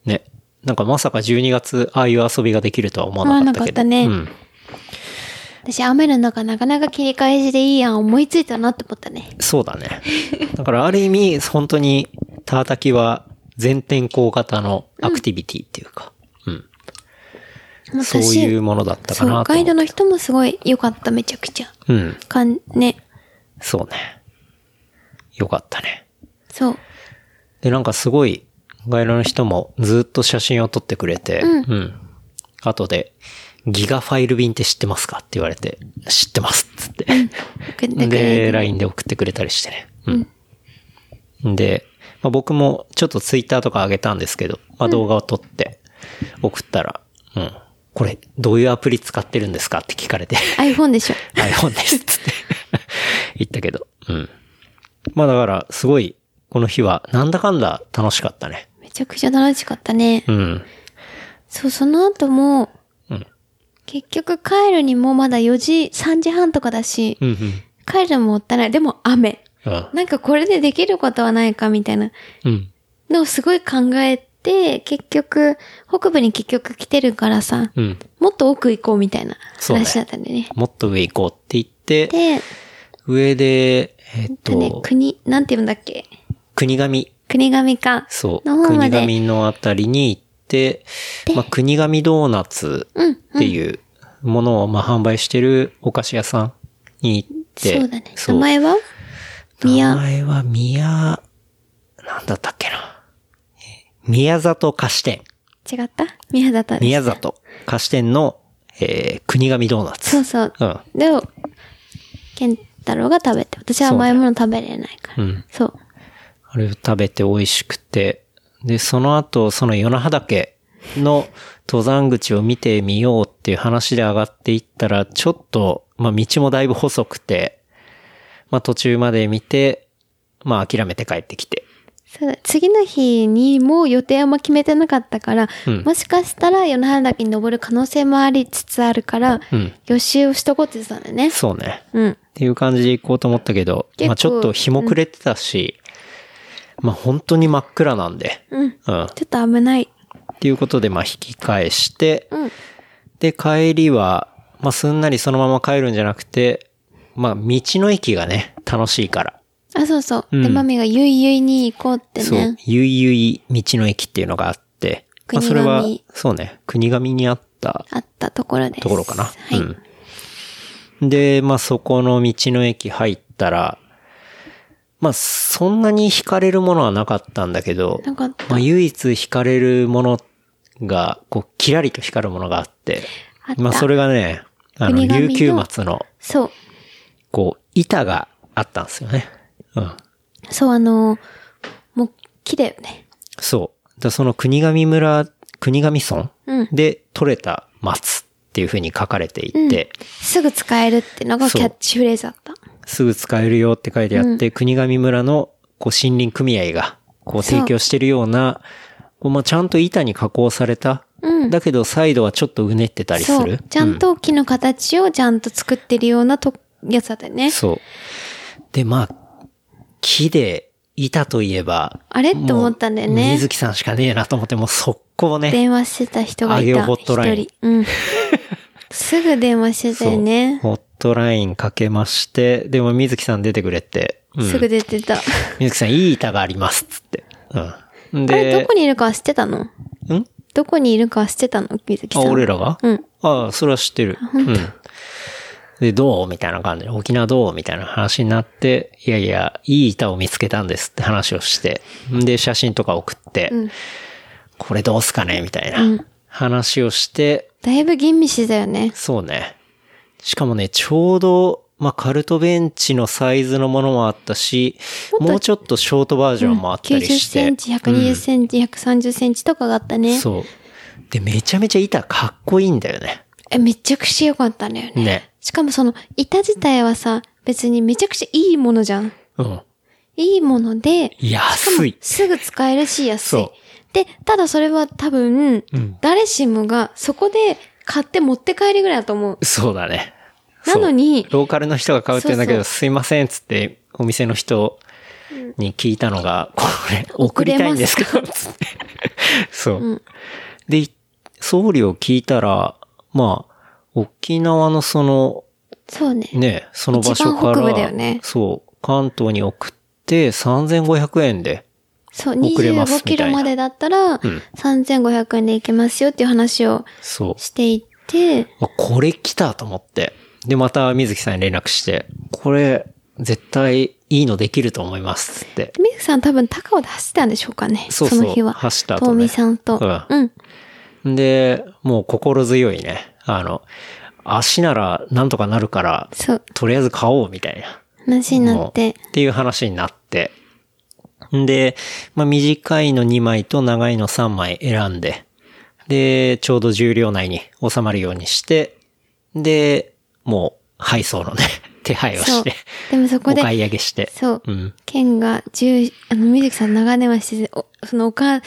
ね。なんかまさか12月、ああいう遊びができるとは思わなかったけど。
思わな
う
か
ん。
私、雨の中なかなか切り返しでいいやん思いついたなって思ったね。
そうだね。だからある意味、本当に、たたきは全天候型のアクティビティっていうか、うん。そういうものだったか
そ
な
う、
と
ガ
思
イ
う。
ドの人もすごい良かった、めちゃくちゃ。
うん。
かん、ね。
そうね。よかったね。
そう。
で、なんかすごい、外来の人もずっと写真を撮ってくれて、
うん
うん。後で、ギガファイル便って知ってますかって言われて、知ってますっつって。 (laughs)
送ってくれ
で、
る
LINE で送ってくれたりしてね。うん。で、まあ、僕もちょっと Twitter とか上げたんですけど、まあ、動画を撮って送ったら、うん。これ、どういうアプリ使ってるんですかって聞かれて。
iPhone でしょ。
iPhone ですっつって (laughs) 言ったけど。うん。まあだから、すごい、この日は、なんだかんだ楽しかったね。
めちゃくちゃ楽しかったね。
うん。
そう、その後も、
うん。
結局帰るにもまだ4時、3時半とかだし、
うんうん。
帰るのももったいない。でも雨。
うん。
なんかこれでできることはないかみたいな
うん。
のをすごい考えて、結局、北部に結局来てるからさ、
うん。
もっと奥行こうみたいな
そうね
話だったんだよね。
もっと上行こうって言って、
で、
上で、えっ
ね
と、、
国、なんて言うんだっけ
国神
国神か。
そう。
の方ま
国
で
神のあたりに行って、まあ、国神ドーナツ
うん、うん
っていうものを、まあ、販売してるお菓子屋さんに行って。
そうだね。
そ
名
う
前は
名
宮。
前は宮、なんだったっけな。えー宮里菓子店。
違った宮だった。
宮里菓子店の、えー国神ドーナツ。
そうそう。
うん。
で、健太郎が食べて、私は甘いもの食べれないか
う
ら。
ん。
そう。
あれを食べて美味しくて。で、その後、その与那覇岳の登山口を見てみようっていう話で上がっていったら、ちょっと、まあ道もだいぶ細くて、まあ途中まで見て、まあ諦めて帰ってきて。
そうだ次の日にもう予定あんま決めてなかったから、
うん
もしかしたら与那原岳に登る可能性もありつつあるから、
うん。
予習をしとこうって言ってたんだよね。
そうね。
うん。
っていう感じで行こうと思ったけど、
結構
まあちょっと日も暮れてたし、まあ本当に真っ暗なんで、
うん。ち
うん。っ
ょっと危ない。
ていうことで、まあ引き返して、
うん。
で、帰りは、まあすんなりそのまま帰るんじゃなくて、まあ道の駅がね、楽しいから。
あ、そうそう。
うん
で、マミがゆいゆいに行こうって
そう
ね。。
ゆいゆい道の駅っていうのがあって、まあそれは
国、
そうね、国神にあった
あったところです。
ところかな。
はい。
うん。で、まあそこの道の駅入ったら、まあそんなに惹かれるものはなかったんだけど、
なんか、
まあ唯一惹かれるものが、こう、キラリと光るものがあって、
あった。
まあそれがね、あの、
国神の
琉球松の、
そう。
こう、板があったんですよね。うん。
そう、あのーもう、木だよね。
そう。でその国神村、国神村
うん。
で取れた松っていう風に書かれていて、
すぐ使えるってのが
そ
キ
う
ャッチフレーズだった。
すぐ使えるよって書いてあって、国神村のこう森林組合がこう
そう
提供してるような、こうまあ、ちゃんと板に加工された、
うん
だけどサイドはちょっとうねってたりす
そ
る
う。。ちゃん
う
と木の形をちゃんと作ってるようなと、やつだったよね。
そう。で、まあ、木で板といえば、
あれって思ったんだよね
水木さんしかねえなと思って、もう速攻ね。
電話してた人がい
あげよ
た。
ホットライン
一人。
(laughs)
うん。すぐ電話してたよね。
そうホットラインかけまして、でも水木さん出てくれて、うん
すぐ出てた。
水木さんいい板がありますっつって。うん。
あれ、ど
で
こ、にいるかは知ってたの
ん
どこにいるかは知ってたの水木
あ、
さん。
俺らが
うん。
ああ、それは知ってる。うん。で、どうみたいな感じで、沖縄どうみたいな話になって、いやいや、いい板を見つけたんですって話をして、で、写真とか送って、
うん
これどうすかねみたいな話をして、
だいぶ吟味してたよね。
そうね。しかもね、ちょうど、まあ、カルトベンチのサイズのものもあったし、もうちょっとショートバージョンもあったり
90
して。
センチ、120センチ、130センチとかがあったね。
そう。で、めちゃめちゃ板かっこいいんだよね。
え、めちゃくちゃ良かったんだよね。
ね。
しかもその、板自体はさ、別にめちゃくちゃいいものじゃん。
うん。
いいもので、しか
安
も
い。
すぐ使えるし安い
そ。
で、ただそれは多分、
うん。
誰しもがそこで買って持って帰りぐらいだと思う。
そうだね。
なのに
そうローカルの人が買うって言うんだけど、
そう
すいませんっつって、お店の人に聞いたのが、これ、送
(laughs) 送
り
れ
たい
ま
んです
すか
かつって。 (laughs) そう、
うん
で、送料聞いたら、まあ、沖縄のその、
そうね。
ね、その場所から、
一番北部だよね
そう、関東に送って3500円で、
そう、
遅れます
25キロ
みたいな
までだったら、
ん
3500円で行けますよっていう話を
そう。
していて、
あこれ来たと思って。で、また水木さんに連絡して、これ、絶対いいのできると思いますっつって。
ミクさん多分高尾で走ったんでしょうかね。
そう
そ
そう
の日は。
走った後ね
遠見さんと。
う
うん。
で、もう心強いね。あの、足ならなんとかなるから、
そう。
とりあえず買おうみたいな。
話になって
も。うっていう話になって。んで、まあ、短いの2枚と長いの3枚選んで、で、ちょうど重量内に収まるようにして、で、もう配送のね、 (laughs) 手配を
そ
し
う
て、。
でもそ
お
こで、
買い上げして。
そう。
うん。
県が10、あの、水木さん長電話してて、おそのおか、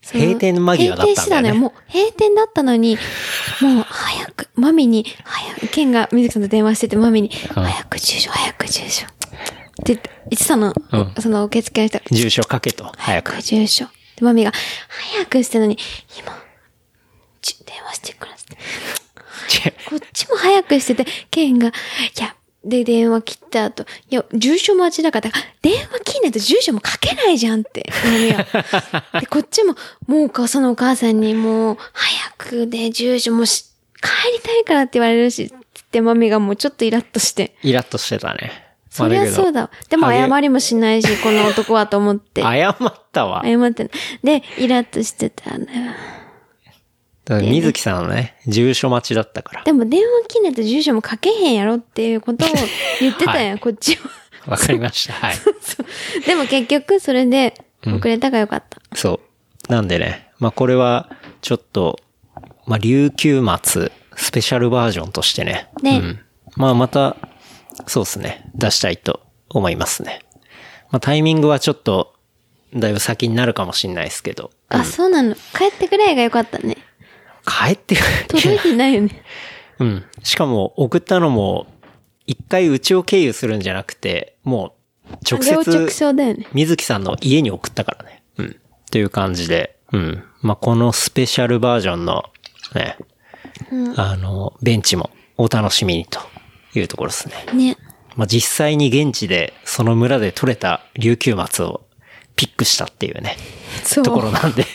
その
閉店間際だったんだよね
閉店してたのよ。もう閉店だったのに、もう早く、マミに、早く、県が水木さんと電話してて、マミに、
うん
早く住所、早く住所。って言って言ってたの、
うん
その受付の人が、
住所書けと、早
早
く。 (laughs)
く住所。で、マミが、早くしてのに、今、ち電話してくらって。こっちも早くしてて、ケンが、いや、で、電話切った後、いや、住所待ちだから、だから電話切んないと住所も書けないじゃんって、俺がで、こっちも、もうか、そのお母さんにもう、早くで、住所もし、帰りたいからって言われるし、つって、マミがもうちょっとイラッとして。
イラッとしてたね。
そりゃそうだ。でも
あげ
謝りもしないし、この男はと思って。謝
謝ったわ。
ってない。で、イラッとしてたんだよ。
だから水木さんのね、住所待ちだったから。
でも電話切んないと住所も書けへんやろっていうことを言ってたんや、こっちは。
わかりました。はい。
(laughs) でも結局それで遅れたからよかった。
そう。なんでね、まあこれは、ちょっと、まあ琉球末、スペシャルバージョンとしてね。う
ね
ん。まあまた、そうですね、出したいと思いますね。まあタイミングはちょっと、だいぶ先になるかもしれないですけど。
あ、そうなの。帰ってくらいがよかったね。
帰ってくる。
届いてないよね。
(laughs) うん。しかも、送ったのも、一回うちを経由するんじゃなくて、もう、直
両直
接、
症だよね。
水木さんの家に送ったからね。うん。という感じで、うん。まあ、このスペシャルバージョンの、ね、あの、ベンチもお楽しみにというところですね。
ね。
まあ、実際に現地で、その村で採れた琉球松をピックしたっていうね、
そう
ところ。なんで、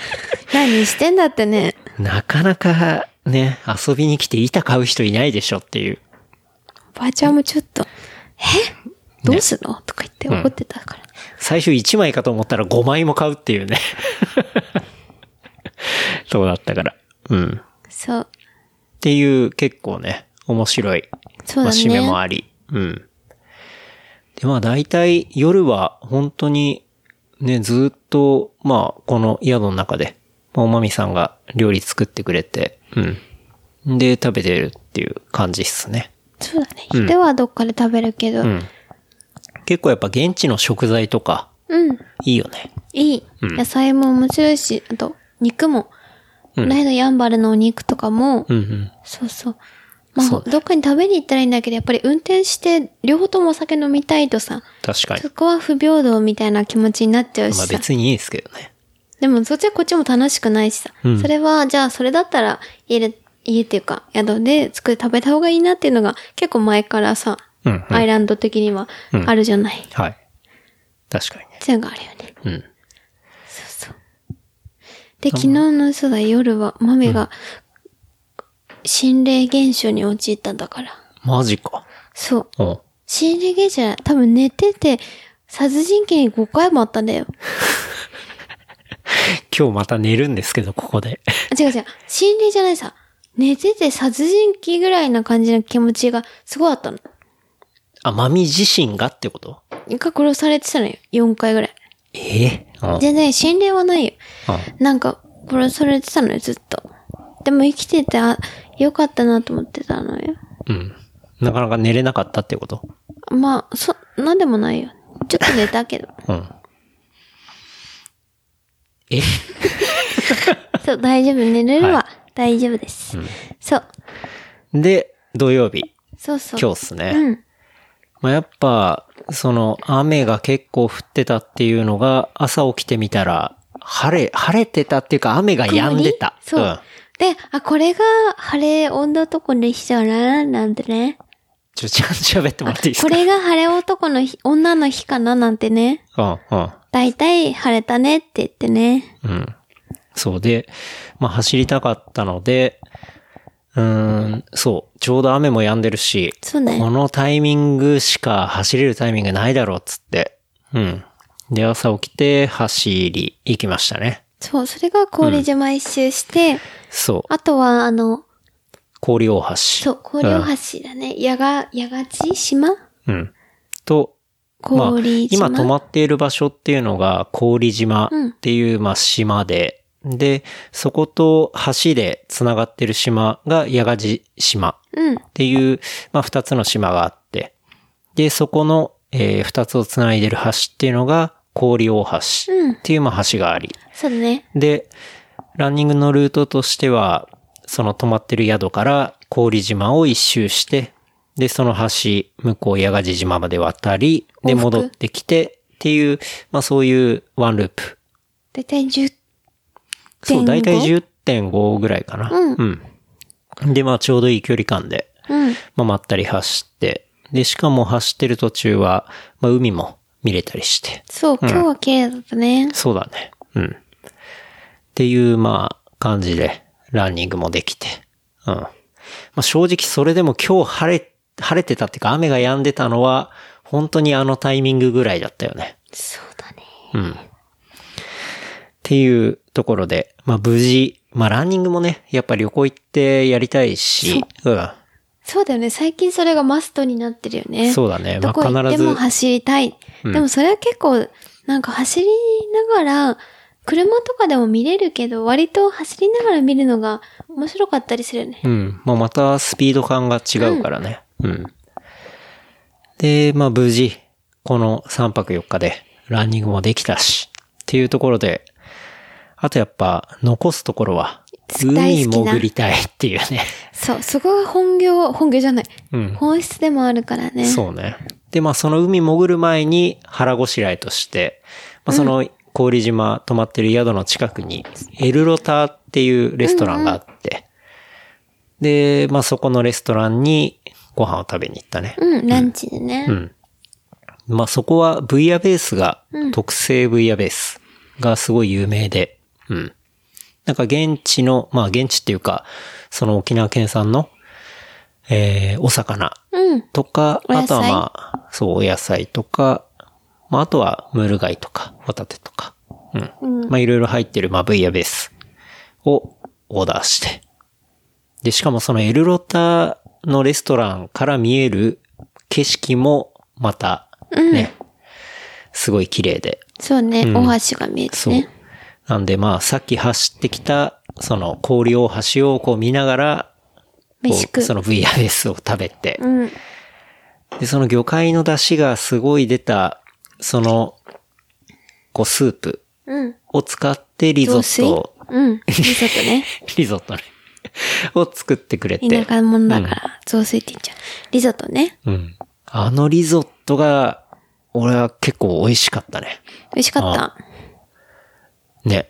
(laughs)
何してんだってね。
なかなかね、遊びに来て板買う人いないでしょっていう。
おばあちゃんもちょっと、えどうするの、とか言って怒ってたから。
最初1枚かと思ったら5枚も買うっていうね。 (laughs) そうだったから。うん。っ
そう。
ていう結構ね、面白い。
そう
ま
だね
あ締めもあり。うん。で、まあ大体夜は本当にね、ずっと、まあこの宿の中で、まあおまみさんが料理作ってくれて、うん。で、食べてるっていう感じっすね。
そうだね。昼はどっかで食べるけど。う。
うんん。結構やっぱ現地の食材とか、いいよね。
いい、野菜も面白いし、あと、肉も。この間ヤンバルのお肉とかも、
うんうん。
そうそう。まあ、
そう
どっかに食べに行ったらいいんだけど、やっぱり運転して、両方ともお酒飲みたいとさ、
確かに
そ。こは不平等みたいな気持ちになっちゃうし
まあ
さ。
別にいいですけどね。
でも、そっちはこっちも楽しくないしさ。
うん
それは、じゃあ、それだったら、家で、家っていうか、宿で作って食べた方がいいなっていうのが、結構前からさ、
うんうん
アイランド的には
うん
あるじゃない。
はい。確かにね。
そういうのがあるよね。
うん。
で、昨日のそうだ、夜は、マミが、心霊現象に陥ったんだから。
マジか。
そ
う
う。
ん。
心霊現象多分寝てて、殺人鬼に5回もあったんだよ。
今日また寝るんですけど、ここで。
あ、違う違う。心霊じゃないさ。寝てて殺人鬼ぐらいな感じの気持ちがすごいあったの。
あ、マミ自身がってこと
が殺されてたのよ。4回ぐらい。
ええうん
全然心霊はないよ。
うん
なんか、殺されてたのよ、ずっと。でも生きてて、あ、よかったなと思ってたのよ。
うん。なかなか寝れなかったってこと
まあ、そ、なんでもないよ。ちょっと寝たけ
(laughs)
ど。
うん。え (laughs)
そう、大丈夫。寝れるわ。
は
大丈夫です、そう。
で、土曜日。
そうそう。
今日っすね。
うん。
まあ、やっぱ、その雨が結構降ってたっていうのが、朝起きてみたら、晴れ、晴れてたっていうか雨が止んでた。
曇りそう。で、あ、これが晴れ女男の日じゃな、なんてね。
ちょ、ちゃんと喋ってもらっていいです
こ
か
れが晴れ男の日、女の日かななんてね。
うん、うん。
だいたい晴れたねって言ってね。
うん。そうで、まあ走りたかったので、うーん、そう、ちょうど雨も止んでるし、
そうだ
こ
よ。
のタイミングしか走れるタイミングないだろうっつって。うん。で、朝起きて走り行きましたね。
そう、それが氷島一周して、
そう。
あとは、あの、
氷大橋。
そう、氷大橋だね。やが、やがち島
うん。うん。と、まあ、
氷島。
今泊まっている場所っていうのが氷島っていう、まあ、島で、で、そこと橋で繋がってる島が矢賀地島
うん。
っていう、まあ、二つの島があって、で、そこの、えー二つをつないでる橋っていうのが、氷大橋
うん
っていう、まあ、橋があり。
そうだね。
で、ランニングのルートとしては、その泊まってる宿から氷島を一周して、で、その橋、向こう矢賀地島まで渡り、で、
往復
戻ってきて、っていう、まあ、そういうワンループ。
だいたい10、
そう、
10.5
だいたい10.5ぐらいかな。
うん
うん。で、まあ、ちょうどいい距離感で、
うん。
まあ、まったり走って、で、しかも走ってる途中は、まあ、海も見れたりして。
そう、今日は綺麗だったね。
そうだね。うん。っていう、まあ、感じで、ランニングもできて。うん。まあ、正直それでも今日晴れ、晴れてたっていうか雨が止んでたのは、本当にあのタイミングぐらいだったよね。
そうだね。
うん。っていうところで、まあ無事、まあランニングもね、やっぱ旅行行ってやりたいし、うん。
そうだよね。最近それがマストになってるよね。
そうだねま
ど
あ
こ行って
必ず
も走りたい。でもそれは結構、なんか走りながら、車とかでも見れるけど、割と走りながら見るのが面白かったりするよね。
うん。まあ、またスピード感が違うからね。うん。で、まあ、無事、この3泊4日でランニングもできたし、っていうところで、あとやっぱ、残すところは、海
大好きな
潜りたいっていうね。
そう、そこが本業、本業じゃない。
うん
本質でもあるからね。
そうね。で、まあ、その海潜る前に腹ごしらえとして、まあ、その氷島泊まってる宿の近くに、エルロタっていうレストランがあって、で、まあ、そこのレストランにご飯を食べに行ったね。
うん、ランチでね。
うん。まあ、そこはブイヤベースが、特製ブイヤベースがすごい有名で、うん。なんか現地の、まあ現地っていうか、その沖縄県産の、えー、お魚
うん。
とか、
お野菜
あとはまあ、そう、お野菜とか、まああとはムール貝とか、ホタテとか、うん。まあいろいろ入ってる、まあブイヤベースをオーダーして。で、しかもそのエルロタのレストランから見える景色も、また、ね、すごい綺麗で。
そうね、お箸が見えて
そう
ね。。
なんでまあ、さっき走ってきた、その氷大橋をこう見ながら、こう
飯食う
その VRS を食べて、
うん。
で、その魚介の出汁がすごい出た、その、こう、スープ
うん。
を使ってリゾットを、
うん。リゾット (laughs) ね。
リゾットね (laughs) を作ってくれて。
田舎のものだから、雑炊って言っちゃう。リゾットね。
うん。あのリゾットが、俺は結構美味しかったね。
美味しかった。
ね。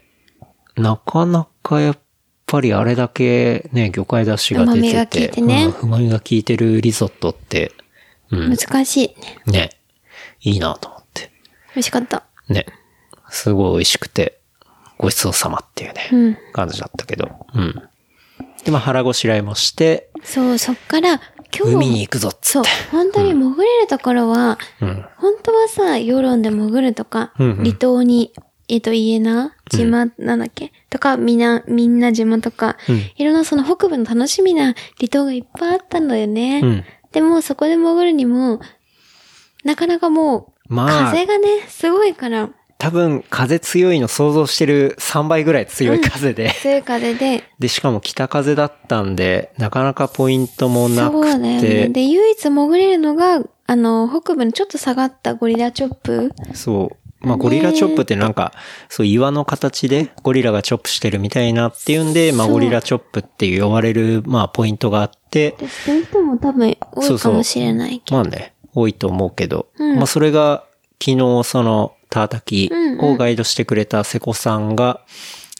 なかなかやっぱりあれだけね、魚介出汁が出
旨味が
て
効い
て、
てね
うん旨味が効いてるリゾットって、うん、
難しいね。
ね、いいなと思って。
美味しかった。
ね。すごい美味しくて、ごちそうさまっていうね、
うん
感じだったけど。うん。で、まあ腹ごしらえもして、
そう、そっから、今日
海に行くぞっつ
そ
っ (laughs)
う
て。、
本当に潜れるところは、
うん。
本当はさ、世論で潜るとか、
うんうん
離島に、えっ、と、家な島、なんだっけとか、みな、みんな島とか、
うん
いろんなその北部の楽しみな離島がいっぱいあったんだよね。
うん
でも、そこで潜るにも、なかなかもう、
まあ
風がね、すごいから、
多分、風強いの想像してる3倍ぐらい強い風で。
強い風で、
で、しかも北風だったんで、なかなかポイントもな
そうだ
くて。
よね。で、唯一潜れるのが、ああの、北部のちょっと下がったゴリラチョップ
そう。まあ、ゴリラチョップってなんか、そう、岩の形でゴリラがチョップしてるみたいなっていうんで、まあ、
そう
ゴリラチョップって呼ばれる、まあ、ポイントがあって、
でそういう人も多分多
そ
いうか
そう
もしれないけど。
まあね、多いと思うけど、
うん
まあ、それが、昨日、その、たたき
うんうん
をガイドしてくれた瀬古さんが、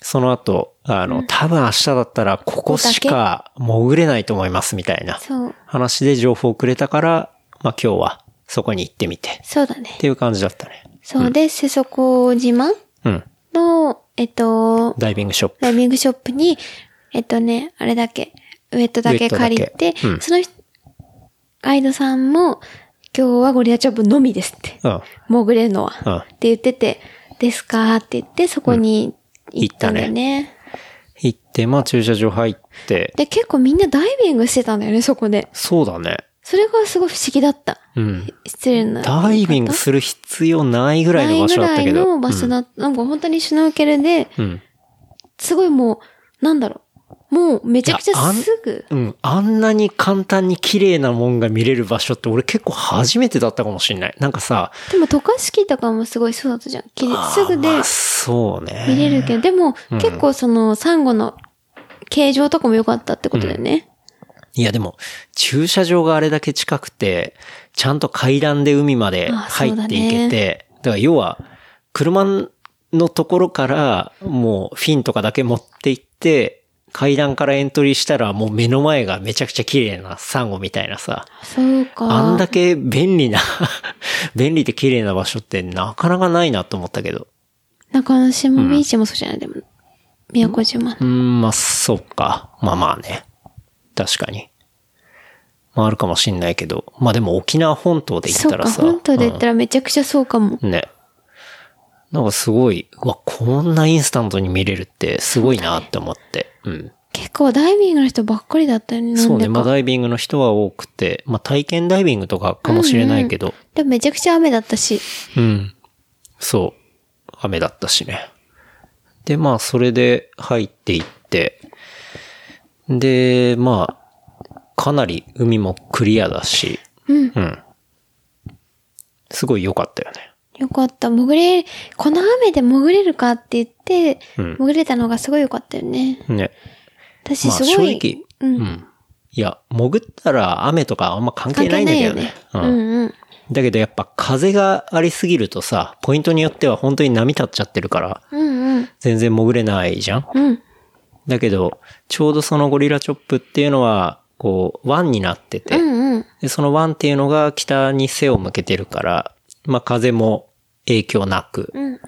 その後、あの、多分明日だったら、ここしか潜れないと思います、みたいな
そう。
話で情報をくれたから、まあ、今日は、そこに行ってみて、
そうだね
っ。ていう感じだったね。
そうで、瀬底島
うん。
の、えっと、
ダイビングショップ。
ダイビングショップに、えっとね、あれだけ、ウェットだ
ウェ
け
ットだ
借
け
りて、
うん
その人ガイドさんも、今日はゴリラチョップのみですって。
うん。
潜れるのは。
うん
って言ってて、ですかって言って、そこに行ったんだよね。
行って、まあ駐車場入って、
で、結構みんなダイビングしてたんだよね、そこで。
そうだね。
それがすごい不思議だった。
うん。
失礼な言い方。
ダイビングする必要ないぐらいの場所だったけ
ないぐらい
ど。
の場所だった。なんか本当にシュノーケルで、
うん。
すごいもう、なんだろう。もうめちゃくち
いやあ
ゃ
ん
すぐ。
うん。あんなに簡単に綺麗なもんが見れる場所って俺結構初めてだったかもしれない。なんかさ、
でも渡嘉敷とかもすごいそうだったじゃん。きれ
あー
すぐで
まあそうね。
見れるけど、でも結構そのサンゴの形状とかも良かったってことだよね。
いやでも、駐車場があれだけ近くて、ちゃんと階段で海まで
あそ
入
うだね
っていけて、だから要は、車のところから、もうフィンとかだけ持って行って、階段からエントリーしたらもう目の前がめちゃくちゃ綺麗なサンゴみたいなさ、
そうか。
あんだけ便利な、 (laughs) 便利で綺麗な場所ってなかなかないなと思ったけど。
中之島ビーチもそうじゃない、でも。宮古島
う。ん、まあ、そうか。まあまあね。確かに。まああるかもしんないけど。まあでも沖縄本島で行っ
そう
たら
か、
さ。
本島で言ったらめちゃくちゃそうかも。
うんね。なんかすごい、うわ、こんなインスタントに見れるってすごいなって思って。うん。
結構ダイビングの人ばっかりだったよね、なんでか。
そうね。まあダイビングの人は多くて、まあ体験ダイビングとかかもしれないけど。
でもめちゃくちゃ雨だったし。
うん、そう。雨だったしね。で、まあそれで入っていって、で、まあ、かなり海もクリアだし、
うん。
うん。すごい良かったよね。
よかった。潜れ、この雨で潜れるかって言って、
うん
潜れたのがすごいよかったよね。
ね。
私
まあ
すごい。
正直、
うん。
いや、潜ったら雨とかあんま関係ないんだけどね。
関係
う
ない
ん
よねうんうん。
だけどやっぱ風がありすぎるとさ、ポイントによっては本当に波立っちゃってるから、
うんうん。
全然潜れないじゃん
うん。
だけど、ちょうどそのゴリラチョップっていうのは、こう、湾になってて、
うんうん。
でその湾っていうのが北に背を向けてるから、まあ風も影響なく
うん。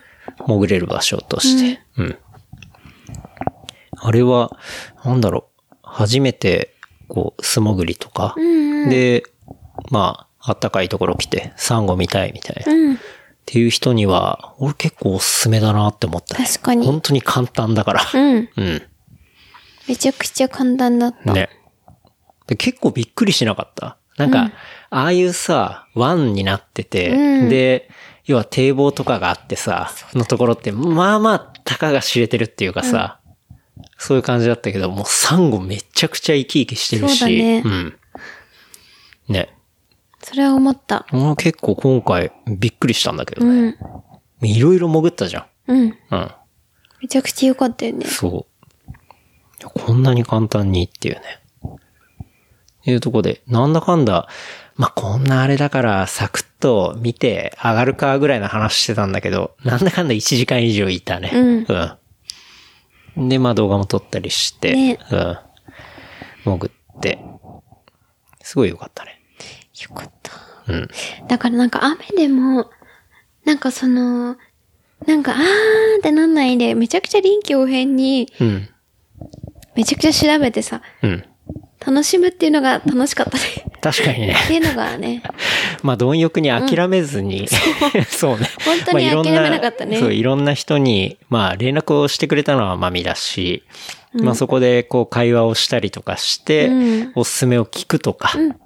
潜れる場所として、うん。あれは、なんだろう、初めて、こう、素潜りとか、
うんうん。
で、まあ、あったかいところ来て、サンゴ見たいみたいな、っ
うん。
ていう人には、俺結構おすすめだなって思った、ね。
確かに
本当に簡単だから。
うん。
うん。
めちゃくちゃ簡単だった。
ね。で結構びっくりしなかった。なんか、ああいうさ、湾になってて、
うん
で、要は堤防とかがあってさ、のところって、まあまあ、たかが知れてるっていうかさ、そういう感じだったけど、もうサンゴめちゃくちゃ生き生きしてるし、
そうだね
ん。ね。
それは思った。
俺も結構今回びっくりしたんだけど
う
ね。
ん。
いろいろ潜ったじゃ
うん。
ん。うん。
めちゃくちゃ良かったよね。
そう。こんなに簡単にっていうね。いうとこで、なんだかんだ、まあ、こんなあれだから、サクッと見て上がるかぐらいの話してたんだけど、なんだかんだ1時間以上いたね。
うん
うんで、まあ動画も撮ったりして、
ね
うん。潜って、すごい良かったね。
よかった。
うん。
だからなんか雨でも、なんかその、なんかあーってなんないで、めちゃくちゃ臨機応変に、
うん。
めちゃくちゃ調べてさ、
うん。
楽しむっていうのが楽しかったね。
確かにね。
っていうのがね、
まあ、貪欲に諦めずに、そうね。
本当に
まあいろん
諦めなかったね
そう、いろんな人に、まあ、連絡をしてくれたのはまみだし、まあ、そこで、こう、会話をしたりとかして、
うん
おすすめを聞くとか、うん。っ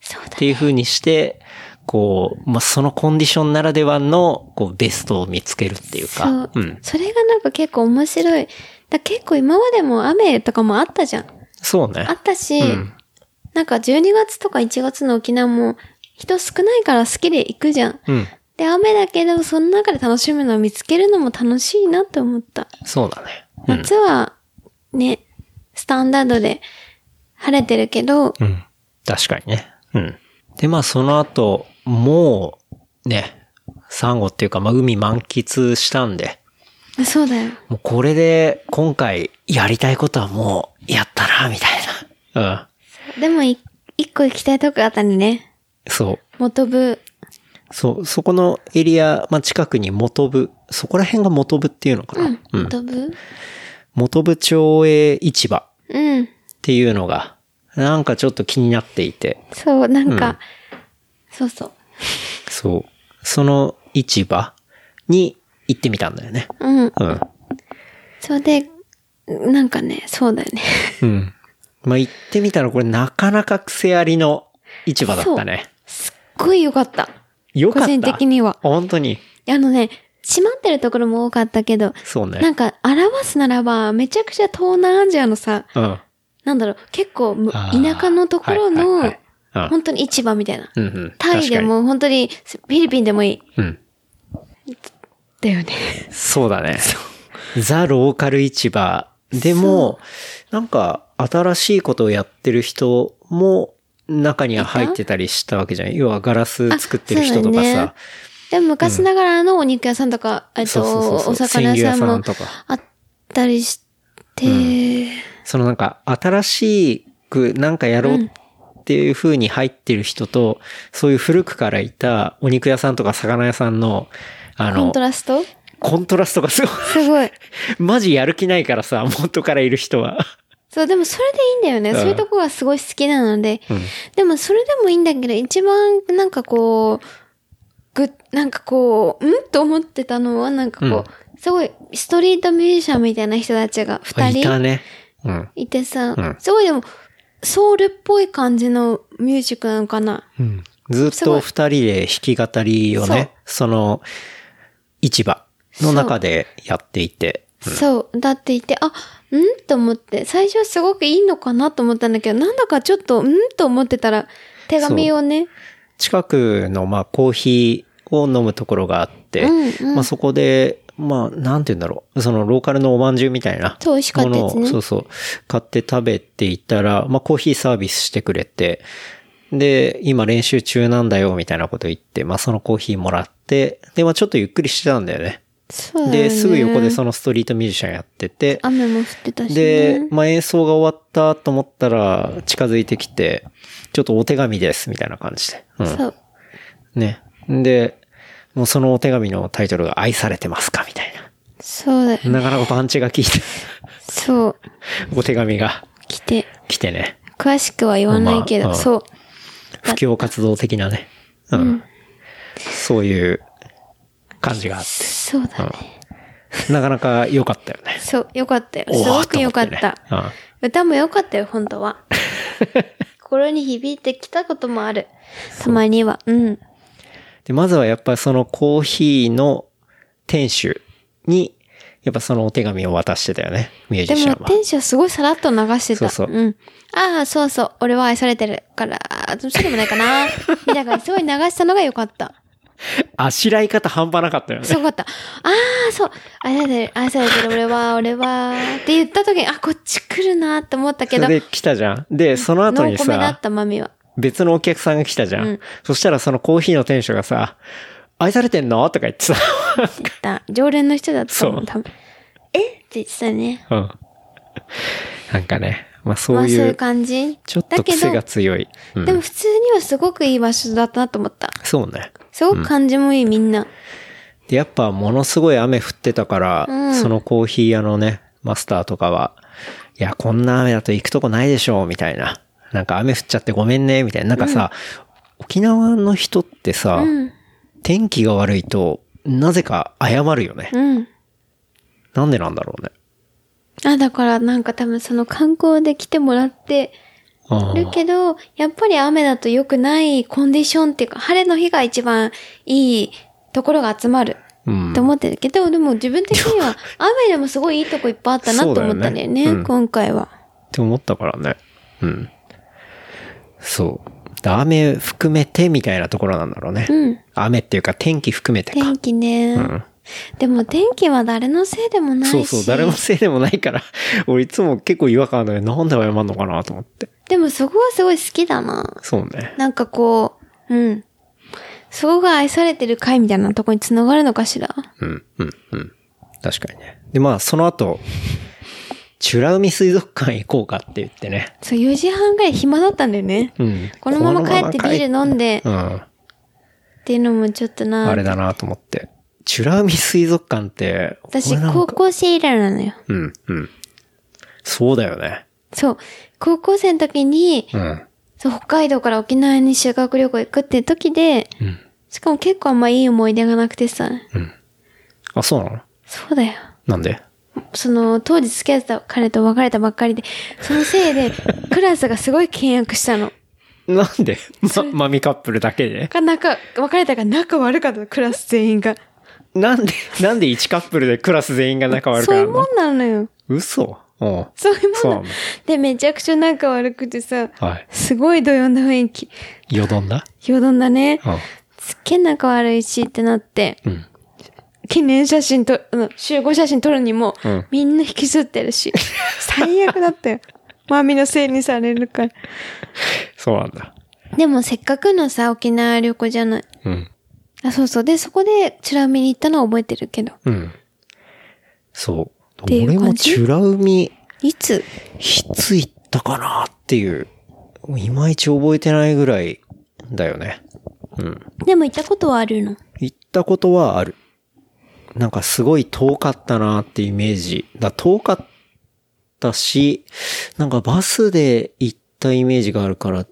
そうだ。
ていう風にして、こう、まあ、そのコンディションならではの、こう、ベストを見つけるっていう
そ
か
う、、
うん。
それがなんか結構面白い。だ結構今までも雨とかもあったじゃん。
そうね
あ。ったし、
うん
なんか12月とか1月の沖縄も、人少ないから好きで行くじゃん。
うん。
で、雨だけど、その中で楽しむのを見つけるのも楽しいなって思った。
そうだね。うん。
夏は、ね、スタンダードで晴れてるけ
う
ど、
ん。確かにね。うん。で、まあその後、もう、ね、サンゴっていうか、まあ海満喫したんで、
そうだよ。
もうこれで今回やりたいことはもうやったな、みたいな。うん。
でも、い一個行きたいとこがあったんね。
そう。
元部。
そう、そこのエリア、まあ、近くに元部、そこら辺が元部っていうのかな。うん
元部
元部町営市場
うん。
っていうのが、なんかちょっと気になっていて、
そう、なんか、そうそう。
そう。その市場に行ってみたんだよね。
う
う
ん。
ん。
それで、なんかね、そうだよね。 (laughs)
うん。まあ、行ってみたらこれなかなか癖ありの市場だったね。
すっごい良かった。
よかった。
個人的には
本当に。
あのね、閉まってるところも多かったけど、
そうね。
なんか表すならば、めちゃくちゃ東南アジアのさ、
うん。
なんだろう、結構む
あー
田舎のところ
はい
の
はい、はいうん
本当に市場みたいな。
うんうん。
タイでも本当に、フィリピンでもいい。
確かに。うん。
だよね。
(laughs) そうだね。ザ・ローカル市場でも、なんか新しいことをやってる人も中には入ってたりしたわけじゃん。要はガラス作ってる人とか
あそうだね
さ。
でも昔ながらのお肉屋さんとか、えっと、
そうそうそうそう
お魚屋さん
鮮魚屋さ
も
んとか
あったりして、
そのなんか新しくなんかやろうっていう風に入ってる人と、そういう古くからいたお肉屋さんとか魚屋さんの、あ
コン
の
ト、ラスト
コントラストがすごい。 (laughs)
すごい。
マジやる気ないからさ、元からいる人は。
そう、でもそれでいいんだよ
うん
ね。そういうとこがすごい好きなので。でもそれでもいいんだけど、一番なんかこう、ぐ、なんかこう、んと思ってたのは、なんかこう、すごいストリートミュージシャンみたいな人たちが二
いた
人
ね。うん。
いてさ、
うん
すごいでも、ソウルっぽい感じのミュージックなのかな。
うんずっ
すご
と
い
二人で弾き語りをね、その、市場の中でやっていて。
そう、だっていて、あ、んと思って、最初はすごくいいのかなと思ったんだけど、なんだかちょっと、んと思ってたら、手紙をね、
近くの、まあ、コーヒーを飲むところがあって、
うんうん
まあ、そこで、まあ、なんて言うんだろう。その、ローカルのおまんじゅうみたいな。
そう美味しかったやつね
ものをそうそう。買って食べていたら、まあ、コーヒーサービスしてくれて、で、今練習中なんだよ、みたいなこと言って、まあ、そのコーヒーもらって、で、まあ、ちょっとゆっくりしてたんだよね。
そうだよね。
で、すぐ横でそのストリートミュージシャンやってて、
雨も降ってたし、ね。
で、まあ、演奏が終わったと思ったら、近づいてきて、ちょっとお手紙です、みたいな感じで。うん。
そう。
ね。で、もうそのお手紙のタイトルが愛されてますかみたい
そうだよ
な。なかなかパンチが効いた (laughs)
そう。
お手紙が
来て。
来てね。
詳しくは言わないけど、
まあうん
そう。
布教活動的なね。うん。そういう感じがあっ
そうだね。
て。なかなか良かったよね。
そう。よかったよ。
お
(laughs) す
ー
ごくよかっ
と思
た。
てねうん
歌もよかったよ、本当 (laughs) は。心に響いてきたこともある。たまには。うん。
で、まずはやっぱそのコーヒーの店主に、やっぱそのお手紙を渡してたよね、ミュー
で
ジシ
も
ャン、は。
天使はすごいさらっと流してた。。
そうそうん
ああ、そうそう。俺は愛されてるから、そうでもない
(laughs)
かな。みたいな感じですごい流したのがよかった。
あしらい方半端なかったよ
す
ね。
ごかった。ああ、そう。愛されてる、愛されてる、俺は、俺は。って言った時に、あ、こっち来るなって思ったけ
そ
ど
れ、で来たじゃん。で、その後
ノ
に
ーコメだっ
さ、
たマミは。
別のお客さんが来たじゃん。
うん
そしたらそのコーヒーの店主がさ、愛されてんのとか言ってさ、
言った。常連の人だったも、
そうん
多分。えって言ってたね。
うん。 (laughs) なんかね、まあそ
まあ
う
そう
い
いう
う、
感じ。
ちょっ
だ
と
け
癖
ど、
が強い。うん
でも普通にはすごくいい場所だったなと思った。
そうね。
すごく感じもいい、みんな。
で、やっぱものすごい雨降ってたから、
うん
そのコーヒー屋のね、マスターとかは、いや、こんな雨だと行くとこないでしょ、みたいな。なんか雨降っちゃってごめんね、みたいな。なんかさ、沖縄の人ってさ、
うん。
天気が悪いと、なぜか謝るよね。
うん。
なんでなんだろうね。
あ、だからなんか多分その観光で来てもらって
あ
る
ー
けど、やっぱり雨だと良くないコンディションっていうか、晴れの日が一番いいところが集まる。
うん
と思ってるけど、でも自分的に
(laughs)
は雨でもすごいいいとこいっぱいあったなと思ったんだよね、
そうだよねうん
今回は。
って思ったからね。うん。そう。雨含めてみたいなところなんだろうね。
うん。
雨っていうか天気含めてか
天。気ね、
うん
でも天気は誰のせいでもないし。
そうそう、誰もせいでもないから、 (laughs) 俺いつも結構違和感あるのに、なんで謝んのかなと思って。
でもそこはすごい好きだな。
そうね。
なんかこう、うん。そこが愛されてる回みたいなとこに繋がるのかしら。
うん、うん、うん。確かにね。で、まあ、その後、チュラ海水族館行こうかって言ってね。
そう、4時半ぐらい暇だったんだよね。
うん。
このまま帰っ
こ
て
のまま
ビール飲んで
うん。
っていうのもちょっとな。
あれだなと思って。チュラ海水族館って、
私
俺、なんか
高校生以来なのよ。
うん、うん。そうだよね。
そう。高校生の時に、
うん。
そう、北海道から沖縄に修学旅行行くっていう時で、
うん。
しかも結構あんまいい思い出がなくてさ。
あ、そうなの
そうだよ。
なんで
その、当時付き合ってた彼と別れたばっかりで、そのせいで、 (laughs) クラスがすごい倹約したの。
なんで (laughs) ま、マミカップルだけで
か、仲、別れたから仲悪かったの、クラス全員が。
なんで、なんで1カップルでクラス全員が仲悪く
そう
ないる
うも
の
んなのよ。
嘘うん。
そういう
そう
も
なんの
なの。で、めちゃくちゃ仲悪くてさ、
はい。
すごいどよんな雰囲気。
よどんだ
よどんだね。
う
すっげえ仲悪いしってなって、
ん。うん。
記念写真と、あの、集合写真撮るにも、
うん
みんな引きずってるし、最悪だっ
(laughs)
たよ。マミのせいにされるから。
そうなんだ。
でもせっかくのさ、沖縄旅行じゃない。
うん。
あ、そうそう。で、そこで、チュラ海に行ったのは覚えてるけど。
うん。そう。
ていう感
俺
じ
もチュラ海、
いつ
いつ行ったかなっていう、いまいち覚えてないぐらいだよね。うん。
でも行ったことはあるの。
行ったことはある。なんかすごい遠かったなってイメージ。だ遠かったし、なんかバスで行ったイメージがあるから、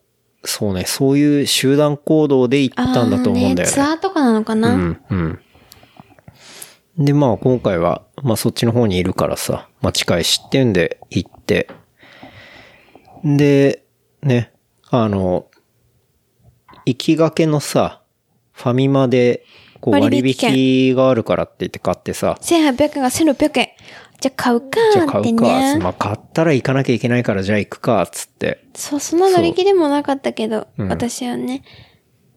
そうね、そういう集団行動で行ったんだと思うんだよ
あーツアーとかなのかな、
うん、うん。で、まあ今回は、まあそっちの方にいるからさ、まあ近いしっていうんで行って、で、ね、あの、行きがけのさ、ファミマで、こう割
割引券
引があるからって言って買ってさ、
?1800 円が1600円。じゃあ買うか
じゃあ
ー
買
って
うか、
ね。
まあ買ったら行かなきゃいけないからじゃあ行くか、つって。
そう、そんな乗り気でもなかったけど、
うん
私はね。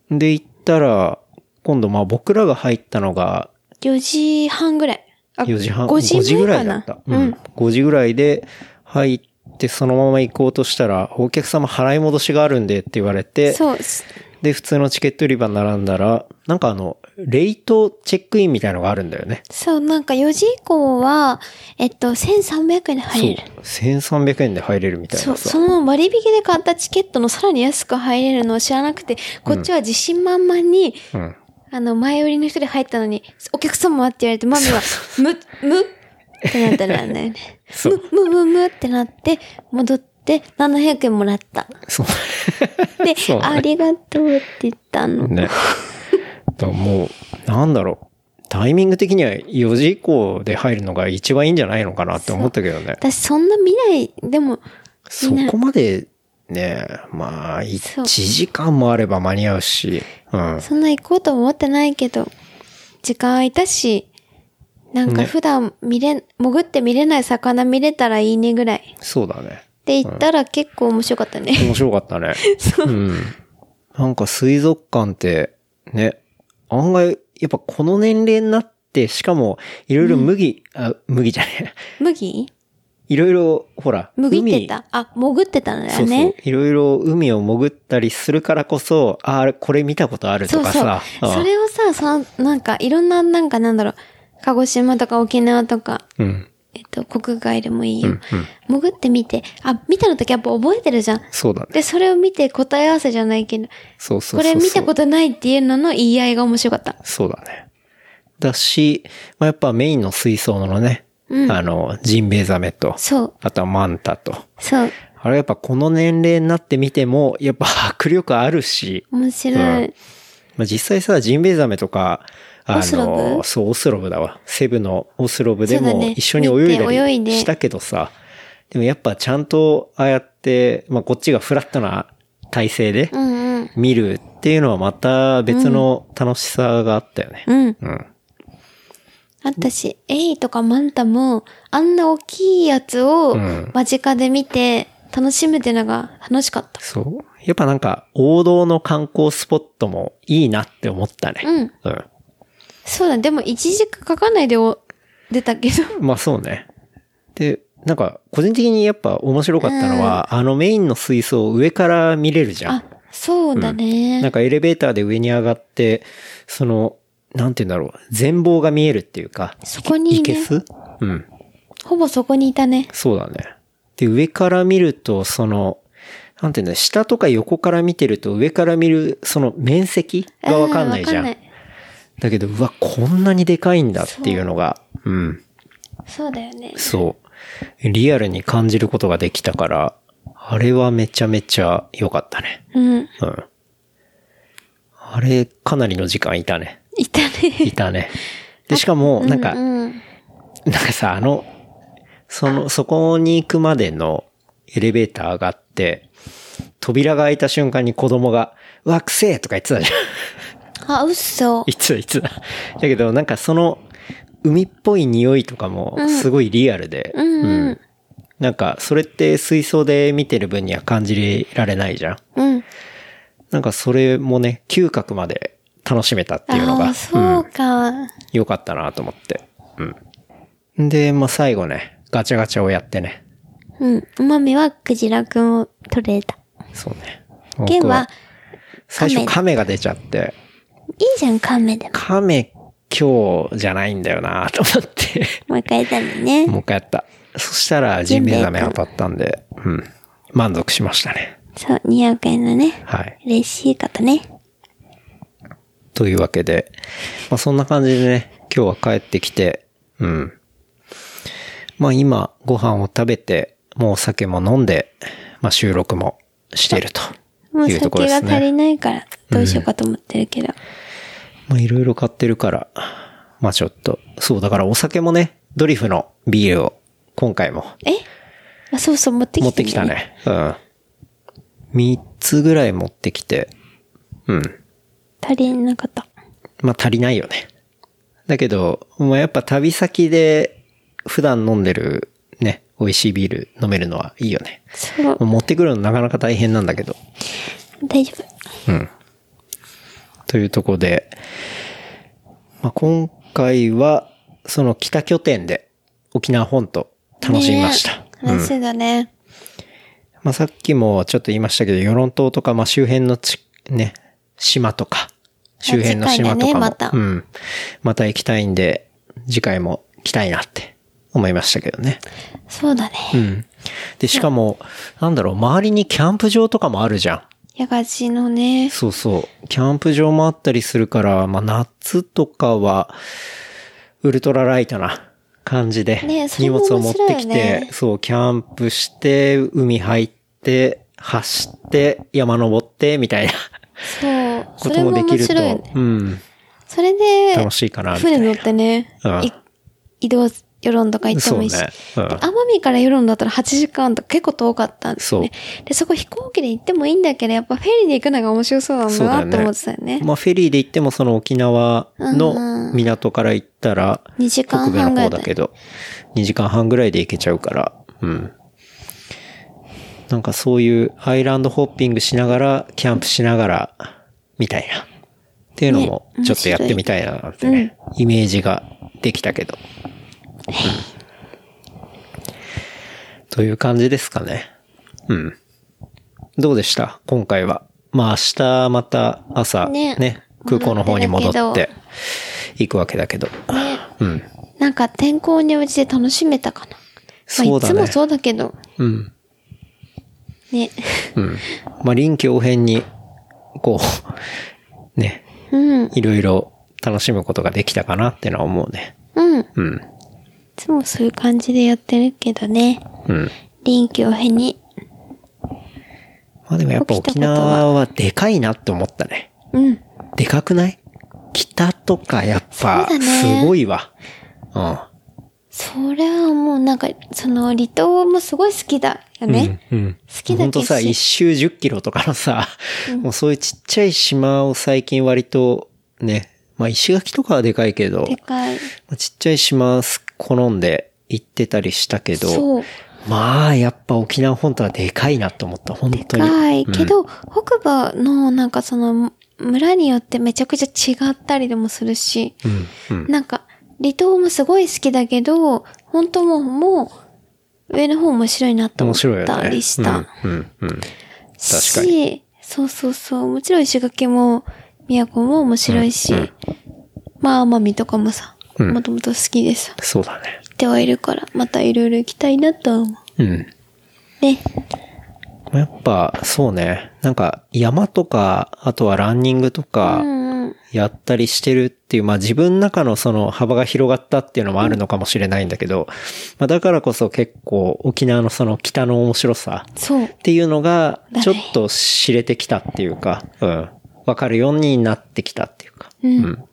で行ったら、今度まあ僕らが入ったのが、
4時半ぐらい。あ
4時半、
5
5
時
時
前
ぐら
か
いだ
な
った。
う。
うんん。5時ぐらいで入って、そのまま行こうとしたら、お客様払い戻しがあるんでって言われて、
そう。す
で、普通のチケット売り場並んだら、なんかあの、レイトチェックインみたいのがあるんだよね。
そう、なんか4時以降は、えっと、1300円で入れる。
そう。1300円で入れるみたい
そ
な
う、
さ。
その割引で買ったチケットのさらに安く入れるのを知らなくて、こっちは自信満々に、
うん。
あの、前売りの人で入ったのに、お客様はって言われて、マミは、む、むってなったらなんだよね。
そう。
む、む、む、むってなって、戻って、700円もらった。
そう。
で、
そうね
ありがとうって言ったの。
ね。 (laughs) だからもう、なんだろう。タイミング的には4時以降で入るのが一番いいんじゃないのかなって思ったけどね。
私そんな見ない、でも、
そこまでね、まあ、1時間もあれば間に合うし、うん。
そんな行こうと思ってないけど、時間空いたし、なんか
ね
普段見れん、潜って見れない魚見れたらいいねぐらい。
そうだね。
で行ったら結構面白かったね。
面白かった
(laughs)
ね。うん。なんか水族館って、ね、案外、やっぱこの年齢になって、しかも、いろいろ麦、あ、麦じゃね
麦
(laughs) え。いろいろ、ほら、
麦って
海
た。あ、潜ってたんだ
そ
よ
うそう
ね。。
いろいろ海を潜ったりするからこそ、ああれ、これ見たことある
そ
と
う
か
そう
さ。。
そ
うん
れをさ、その、なんか、いろんな、なんかなんだろう、鹿児島とか沖縄とか、
うん。
えっと、国外でもいいよ。
うん。うん。
潜ってみて、あ、見たの時やっぱ覚えてるじゃん。
そうだね。
で、それを見て答え合わせじゃないけど、
そうそうそうそう。
これ見たことないっていうのの言い合いが面白かった。
そうだね。だし、まあ、やっぱメインの水槽のね、
うん
あの、ジンベエザメと、
そう、
あとはマンタと。
そう、
あれやっぱこの年齢になってみても、やっぱ (laughs) 迫力あるし、
面白い。
うんまあ、実際さ、ジンベエザメとか、あ
オスロ
の、
ブ
そう、オスロブだわ。セブのオスロブで
そうだ
も
ね
一緒に泳いだ
見て泳い
り
で
したけどさ、でもやっぱちゃんとああやって、まあ、こっちがフラットな体勢で
うん、うん、
見るっていうのはまた別の楽しさがあったよね。
うん。
うん
あったし、エイとかマンタも、あんな大きいやつを
うん
間近で見て、楽しむっていうのが楽しかった。
そう。やっぱなんか王道の観光スポットもいいなって思ったね。
うん。
うん。
そうだ、でも1時間かかんないでお出たけど。
まあそうね。で、なんか個人的にやっぱ面白かったのは、あのメインの水槽を上から見れるじゃん。
あ、そうだね。
なんかエレベーターで上に上がって、その、なんて言うんだろう、全貌が見えるっていうか、
そこにね
いけすうん。
ほぼそこにいたね。
そうだね。で、上から見ると、その、なんていうんだ、下とか横から見てると、上から見る、その面積がわかんないじゃ
うわ
ん
か。
だけど、うわ、こんなにでかいんだっていうのが、うん。
そうだよね。
そう。リアルに感じることができたから、あれはめちゃめちゃ良かったね。
うん。
うん。あれ、かなりの時間いた (laughs) ね。
いたね。 (laughs)
いたね。で、しかも、なんか、
う
な
ん。
んかさ、あの、その、そこに行くまでのエレベーター上がって、扉が開いた瞬間に子供が、うわ、くせえとか言ってたじゃん。
あ、嘘。
(laughs) いつだいつだ。だけど、なんかその、海っぽい匂いとかも、すごいリアルで、
うんうん
なんか、それって水槽で見てる分には感じられないじゃん。
うん。
なんかそれもね、嗅覚まで楽しめたっていうの
あ
が、
あ、そうか。
良かったなと思って。うん。で、まあ、最後ね、ガチャガチャをやってね。
うん。マミはクジラくんを取れた。
そうね。
ケン
僕
は、、
最初
亀
亀が出ちゃって、
いいじゃん、カメでも。
亀今日じゃないんだよなと思って、
もう一回やったの (laughs) ね。
もう一回やった。そしたら、ジンベエザメ当たったんで、うん。満足しましたね。
そう、200円のね。
はい。
嬉しかったね。
というわけで、まあ、そんな感じでね、今日は帰ってきて、うん。まあ今、ご飯を食べて、もうお酒も飲んで、まあ収録もしていると
もう
いうところ
酒
で
が
す
足り
ね。
ないから、どうしようかと思ってるけど。
まあいろいろ買ってるから、まあちょっと、そう、だからお酒もね、ドリフのビールを今回も
えあ、そうそう、持ってきた、
持ってきた。ね。うん。3つぐらい持ってきて、うん。
足りなかった。
まあ足りないよね。だけど、まあやっぱ旅先で普段飲んでるね、美味しいビール飲めるのはいいよね。
そう、
持ってくるのなかなか大変なんだけど。
大丈夫。
うん。というとこで、まあ今回はその北拠点で沖縄本島楽しみました。
ねえ楽しいだね。
まあ、さっきもちょっと言いましたけど、与論島とか、まあ、周辺のち、ね、島とか、周辺の島とかも、
次回だねまた
うん。また行きたいんで、次回も来たいなって思いましたけどね。
そうだね。
うん。で、しかも、なんだろう、周りにキャンプ場とかもあるじゃん。
やがちのね。
そうそう。キャンプ場もあったりするから、まあ、夏とかは、ウルトラライトな感じで
ねえ、それ
荷
も
物を持って
面白い
きて、
よね
そう、キャンプして、海入って、走って、山登って、みたいな
そう。
こ
そ
と
れ
も
も
でき
面
ると、
白いよね。
うん、
それで、
楽しいかな、みたい
船乗
な
っ。てね、
うん
い移動、世論とか行ってもいいし。
そうねうん
で奄美から世論だったら8時間とか結構遠かったんですね。で、そこ飛行機で行ってもいいんだけど、やっぱフェリーで行くのが面白そうなん
そうだ
だ
よ
な
ね
って思ってたよね。
まあ、フェリーで行っても、その沖縄の港から行ったら、
2時間
北部の
半ぐら
方
いだ
だ
ね
けど、2時間半ぐらいで行けちゃうから、うん。なんかそういうアイランドホッピングしながら、キャンプしながら、みたいな。っていうのも、
ね
ちょっとやってみたいななんてね、イメージができたけど。うんという感じですかね。うん。どうでした今回は。まあ明日また朝、ね
ね、
空港の方に戻
戻
っ
っててる
行くわけだけど。
ね
うん。
なんか天候に応じて楽しめたかな。
そうだね
まあ、いつもそうだけど、
うん。
ね。
うん。まあ、臨機応変に、こう、 (laughs) ね、
うん、
いろいろ楽しむことができたかなってのは思うね。
うん。い
うん。
つもそういう感じでやってるけどね。
うん。
臨機応変に。
まあでもやっぱ沖縄はでかいなって思ったね。
うん。
でかくない北とかやっぱ
そうだね
すごいわ。うん。
それはもうなんか、その離島もすごい好きだよね。
うんうん。
好きだけど
ほんとさ、
し
一周10キロとかのさ、もうそういうちっちゃい島を最近割とね、まあ石垣とかはでかいけど、
でかい。
まあちっちゃい島好んで行ってたりしたけど、
そう。
まあ、やっぱ沖縄本島はでかいなと思った、本
で
当に。
かい。
うん
けど、北部のなんかその村によってめちゃくちゃ違ったりでもするし、
うん、うん。
なんか離島もすごい好きだけど、本当もう、もう上の方面白いなと思
面
っ
白いよね。
たりし
う
た。
ん、うん、うん。
し、
確か
そうそうそう。もちろん石垣も、宮古も面白いし、
うんうん
まあ、奄美とかもさ、
うん
もともと好きでさ、
そうだね。
行ってはいるから、またいろいろ行きたいなとは思
うん。
う。ね。
やっぱ、そうね。なんか、山とか、あとはランニングと
う
か、
んうん。
やったりしてるっていう、まあ自分の中のその幅が広がったっていうのもあるのかもしれないんだけど、まあだからこそ結構沖縄のその北の面白さ
そう。
っていうのが
だね、
ちょっと知れてきたっていうか、うん。わかるようになってきたっていうか、
うん
うん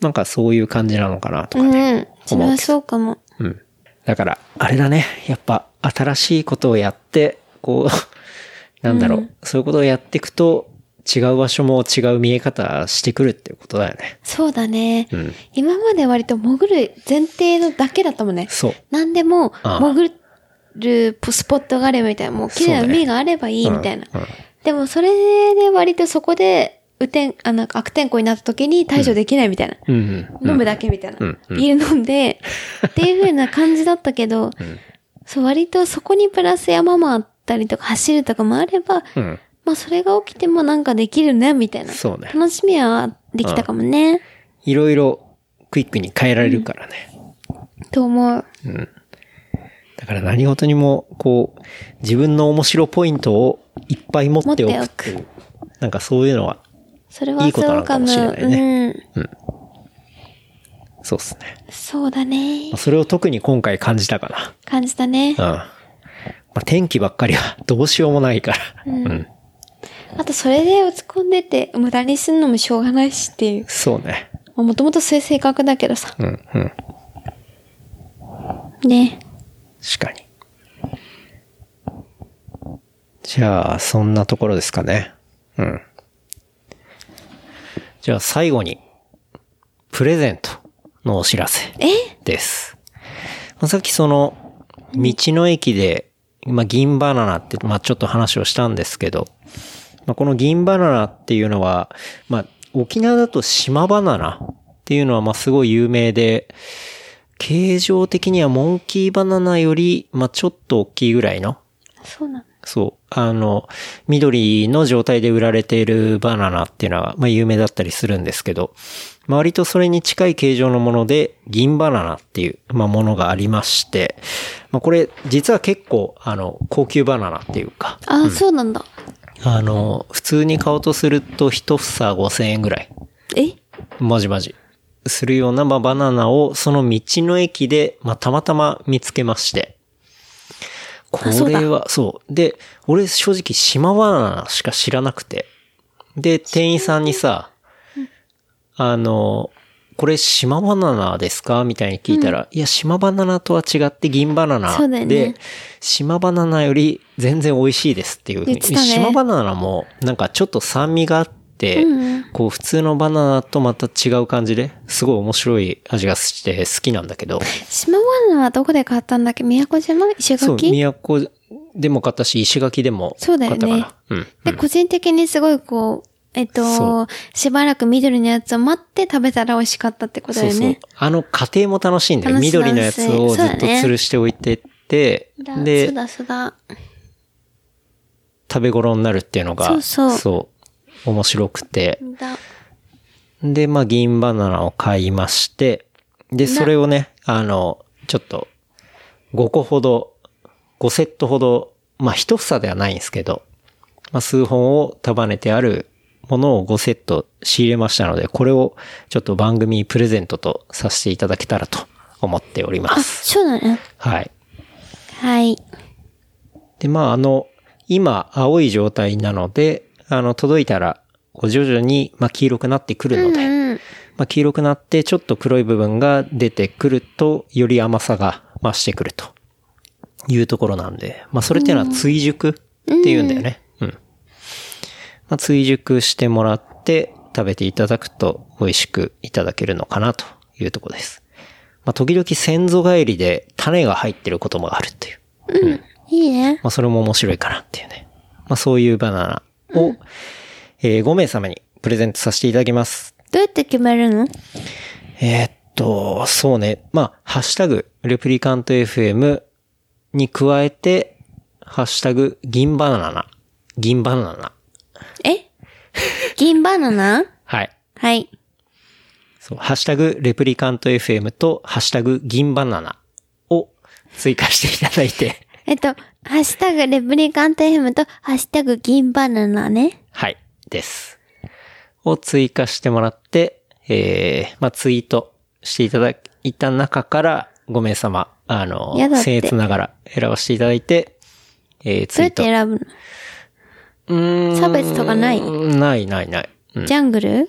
なんかそういう感じなのかなと
う
かね。
ん。それはそうかも。
うん。だから、あれだね。やっぱ、新しいことをやって、こう、 (laughs) なんだろう、そういうことをやっていくと、違う場所も違う見え方してくるっていうことだよね。
そうだね。
うん
今まで割と潜る前提のだけだったもんね。
そう。
何でも
ああ
潜るスポットがあればみたいな、もう綺麗な
そうね
海があればいいみたいな。
うんうん
でもそれで割とそこで、雨天、あ、なんか悪天候になった時に対処できないみたいな。
うんうん、うん。
飲むだけみたいな。
うんうん
ビール飲んで、っていう風な感じだったけど、そう割とそこにプラス山もあったりとか走るとかもあれば、
うん。
まあそれが起きてもなんかできるね、みたいな。
そうね
楽しみはできたかもね。
いろいろクイックに変えられるからね。
と思う。
だから何事にも、こう、自分の面白ポイントをいっぱい持っておくっていう。なんかそういうのは、
それはい
いことな
そ
の
うか
か
も。
もしれないうそうっすね。
ん。そうだね
まあ。それを特に今回感じたかな。
感じたね
うん。。まあ、天気ばっかりはどうしようもないから。うん。
あとそれで落ち込んでて、無駄にすんのもしょうがないしっていう。
そうね。
まあもともとそういう性格だけどさ。
うん、うん。
ね。
確かに。じゃあ、そんなところですかね。うん。じゃあ、最後に、プレゼントのお知らせ
え
です。まあさっきその、道の駅で、まあ、銀バナナって、まあ、ちょっと話をしたんですけど、まあ、この銀バナナっていうのは、まあ、沖縄だと島バナナっていうのは、まあ、すごい有名で、形状的にはモンキーバナナより、まあ、ちょっと大きいぐらいの、
そうなの。
そう。あの、緑の状態で売られているバナナっていうのは、まあ有名だったりするんですけど、まあ割とそれに近い形状のもので、銀バナナっていう、まあものがありまして、まあこれ、実は結構、あの、高級バナナっていうか、
あ、そうなんだ。
あの、普通に買おうとすると一房5000円ぐらい。
え
まじまじ。するような、まあ、バナナを、その道の駅で、まあ、たまたま見つけまして。こ
あそうだ
れは、そうで、俺、正直、島バナナしか知らなくて。で、店員さんにさ、あの、これ島バナナですかみたいに聞いたら、いや、島バナナとは違って銀バナナ
そうだ
で、
よね
島バナナより全然美味しいですっていうふうに。
言ってたね
島バナナも、なんかちょっと酸味があって、
うんうん
こう普通のバナナとまた違う感じですごい面白い味がして好きなんだけど、
島ナナはどこで買ったんだっけ宮古島石
そう、
垣
都でも買ったし、石垣でも
そ
買
う
った
だよ
かな。
ね
うん。
で、個人的にすごいこう、えっ
そ
と、しばらく緑のやつを待って食べたら美味しかったってことだ
そう
よ
そう
ね。。
あの過程も楽しいんだよ。
楽しい
緑のやつをずっと吊るしておいてって、
だそう
で、
だそうだ。
食べ頃になるっていうのが、
そうそう
そう面白くて。
だ。
で、まあ、銀バナナを買いまして、で、それをね、あの、ちょっと、5個ほど、5セットほど、まあ、一房ではないんですけど、まあ、数本を束ねてあるものを5セット仕入れましたので、これをちょっと番組プレゼントとさせていただけたらと思っておりま
あ、
す。
そうだね。
はい。
はい。
で、まあ、あの、今、青い状態なので、あの、届いたら、こう徐々に、まあ、黄色くなってくるので、
うん。
まあ、黄色くなってちょっと黒い部分が出てくると、より甘さが増してくるというところなんで、まあ、それっていうのは追熟っていうんだよね。うん。まあ、追熟してもらって食べていただくと美味しくいただけるのかなというところです。まあ、時々先祖返りで種が入ってることもあるっていう。
いいね。
まあ、それも面白いかなっていうね。まあ、そういうバナナを、えー5名様にプレゼントさせていただきます。
どうやって決めるの
えーっと、そうね。まあ、ハッシュタグ、レプリカント FM に加えて、ハッシュタグ、銀バナナ。銀バナナ。
え銀バナナ
はい。
はい。
そう、ハッシュタグ、レプリカント FM と、ハッシュタグ、銀バナナを追加していただいて、 (laughs)
えっと、ハッシュタグレプリカント FM と、ハッシュタグ銀バナナね。
はい、です。を追加してもらって、えー、まあ、ツイートしていただいた中から、5名様、あの、
やだっ
僭
て
越ながら選ばせていただいて、えー、
ど
ツ
う
イ
やっ
ート。
て選ぶの
うーん
差別とかない
ないないない。うん
ジャングル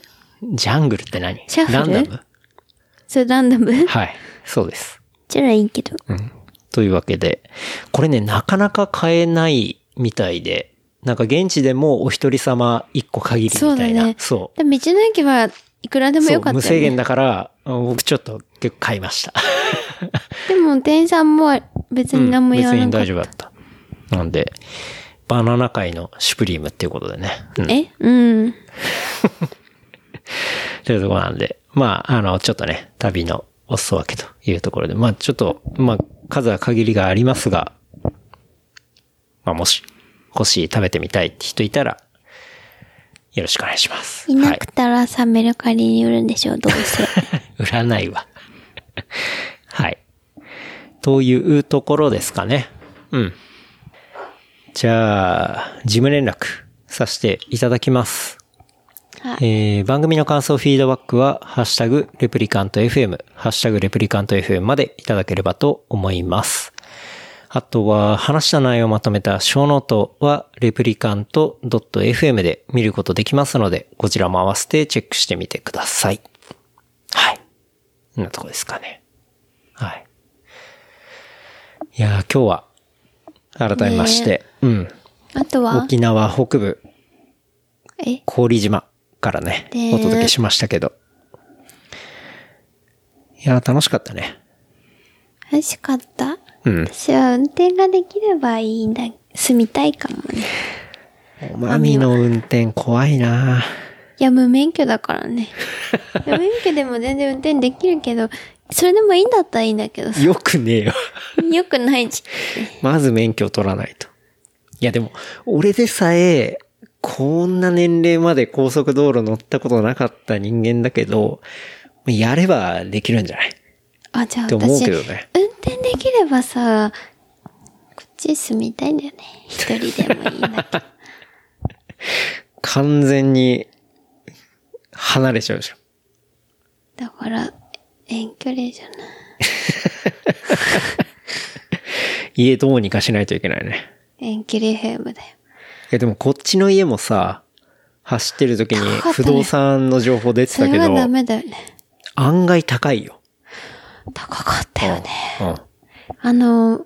ジャングルって何
シャッフル
ランダム
それランダム (laughs)
はい、そうです。
じゃあいいけど。
というわけで、これね、なかなか買えないみたいで、なんか現地でもお一人様一個限りみ
そう
た
だ
いな。
ね。
そう
でも道の駅はいくらでも
そ
よ
う
かった
無
よ、ね。
制限だから、僕ちょっと結構買いました。
でも店員さんも別に何も言わな
別
か
に大
った。
丈夫だった。なんで、バナナ界のシュプリームっていうことでね。うん
えうん。
というところなんで、まあ、あの、ちょっとね、旅のお裾分けというところで、まあ、ちょっと、まあ、数は限りがありますが、まあ、もし、欲しい、食べてみたいって人いたら、よろしくお願いします。
い
は
ないく。たらさ、メルカリに売るんでしょう、どうせ。
売らないわ。 (laughs) はい。というところですかね。うん。じゃあ、事務連絡させていただきます。
は
えー番組の感想、フィードバックは、ハッシュタグ、レプリカント FM、ハッシュタグ、レプリカント FM までいただければと思います。あとは、話した内容をまとめた小ノートは、レプリカント .fm で見ることできますので、こちらも合わせてチェックしてみてください。はい。こんなとこですかね。はい。いやー、今日は、改めまして、うん。
あとは、
沖縄北部、
え
氷島からね
ね、え
お届けしましたけど。いやー、楽しかったね。
欲しかった
うん。
私は運転ができればいいんだ。住みたいかもね。
マミの運転怖いない
や、無免許だか
(laughs)
らね。いや免許でも全然運転できるけど、それでもいいんだったらいいんだけどさ。
よくねえよ。
よくないじ
まず免許取らないと。いや、でも、俺でさえ、こんな年齢まで高速道路乗ったことなかった人間だけど、やればできるんじゃない
ゃん。あ、じゃあ
って思う
私、
けどね。
運転できればさ、こっち住みたいんだよね。一人でもいい
(laughs)
んだけど。
完全に、離れちゃうでしょ。
だから、遠距離じゃない。
家どうにかしないといけないね。
遠距離ヘムだよ。
え、でもこっちの家もさ、走ってる時
高か
に
った
不
ね
動産の情報出て
そ
た
れ
け
は
ど、
ダメだよね。
案外高いよ。
高かったよね。
うん。
あの、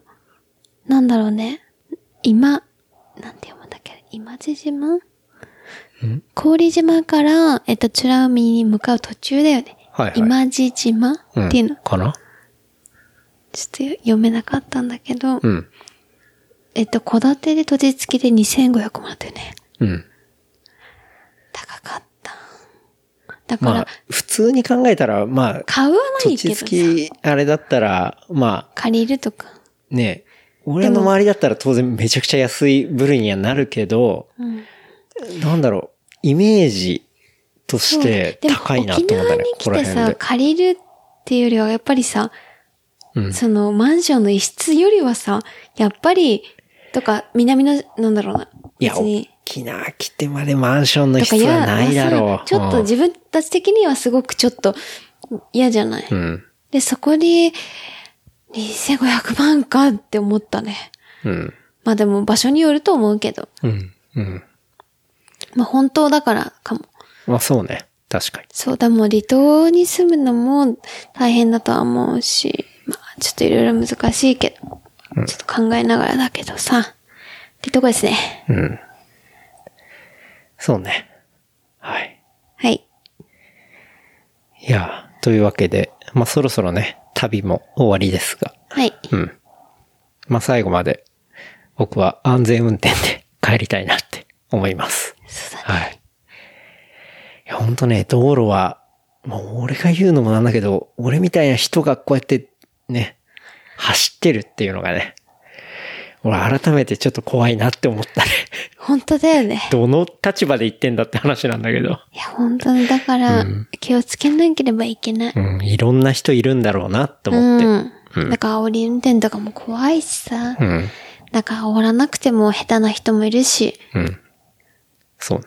なんだろうね。今、なんて読むんだっけ今地島氷島から、えっと、美ら海に向かう途中だよね。
はいはい
今地島
うん。
っていうの、
かな
ちょっと読めなかったんだけど、
うん。
えっと、戸建てで土地付きで2500万だよね。
うん。
高かった。だから、
まあ、普通に考えたら、まあ、
買うはな
土
いけ
地
どさ、
付き、あれだったら、ま
借りるとか。
あ、ね、俺の周りだったら当然めちゃくちゃ安い部類にはなるけど、
うん。
なんだろう、イメージとし
で
て
も
高いなって思ったね、こ
沖
こら
縄に来て
辺
さ、
で。
借りるっていうよりは、やっぱりさ、
うん
そのマンションの一室よりはさ、やっぱり、とか、南の、なんだろうな。
いや、
別に
沖縄来てまでマンションの
とか
質はないだ
いや
ろ。
そうちょっと自分たち的にはすごくちょっと嫌じゃない。
うん。
で、そこに、2500万かって思ったね。
うん。
まあでも場所によると思うけど。
うん。うん。
まあ本当だからかも。
まあそうね。確かに。
そうだ、もう離島に住むのも大変だとは思うし、まあちょっといろいろ難しいけど、ちょっと考えながらだけどさ、ってとこですね。
うん。そうね。はい。
はい。
いやー、というわけで、まあそろそろね、旅も終わりですが、
はい。
うん。まあ、最後まで僕は安全運転で (laughs) 帰りたいなって思います。はい。いや、ほんとね、道路は、もう俺が言うのもなんだけど、俺みたいな人がこうやってね、走ってるっていうのがね、俺改めてちょっと怖いなって思ったね。
本当だよね。
どの立場で言ってんだって話なんだけど。
いや、本当にだから、気をつけなければいけない。
うん、いろんな人いるんだろうなって思って。
うん。だから煽り運転とかも怖いしさ。
うん。
だから煽らなくても下手な人もいるし、
うん。そうね。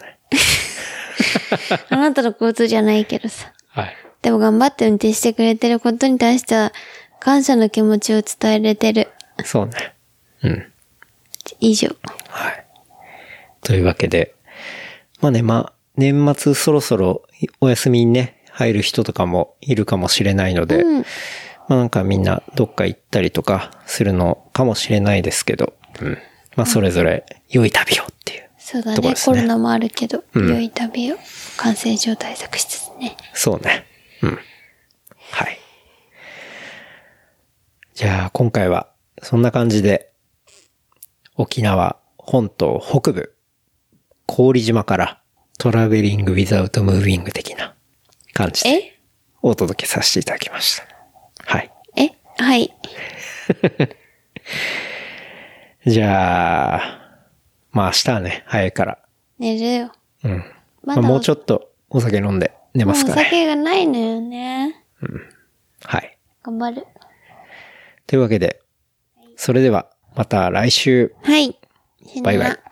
あなたの交通じゃないけどさ。
はい。
でも頑張って運転してくれてることに対しては、感謝の気持ちを伝えれてる。
そうね。うん。
以上。
はい。というわけで。まあね、まあ、年末そろそろお休みにね、入る人とかもいるかもしれないので、
うん。
まあなんかみんなどっか行ったりとかするのかもしれないですけど、うん。まあそれぞれ良い旅をっていう。
そうだ
とこ
ね。
です
コ
ね
ロナもあるけど、
うん
良い旅を感染症対策しつつね。
そうね。うん。はい。じゃあ今回はそんな感じで沖縄本島北部郡島からトラベリングウィザウトムービング的な感じで
え
お届けさせていただきました。はい。
えはい。
じゃあ、まあ明日はね、早いから。
寝るよ。
うん。ま
まだ
あもうちょっとお酒飲んで寝ます
もう
か
お
ね。
酒がないのよね。
はい。
頑張る。
というわけで、それではまた来週。
はい。
バイバイ。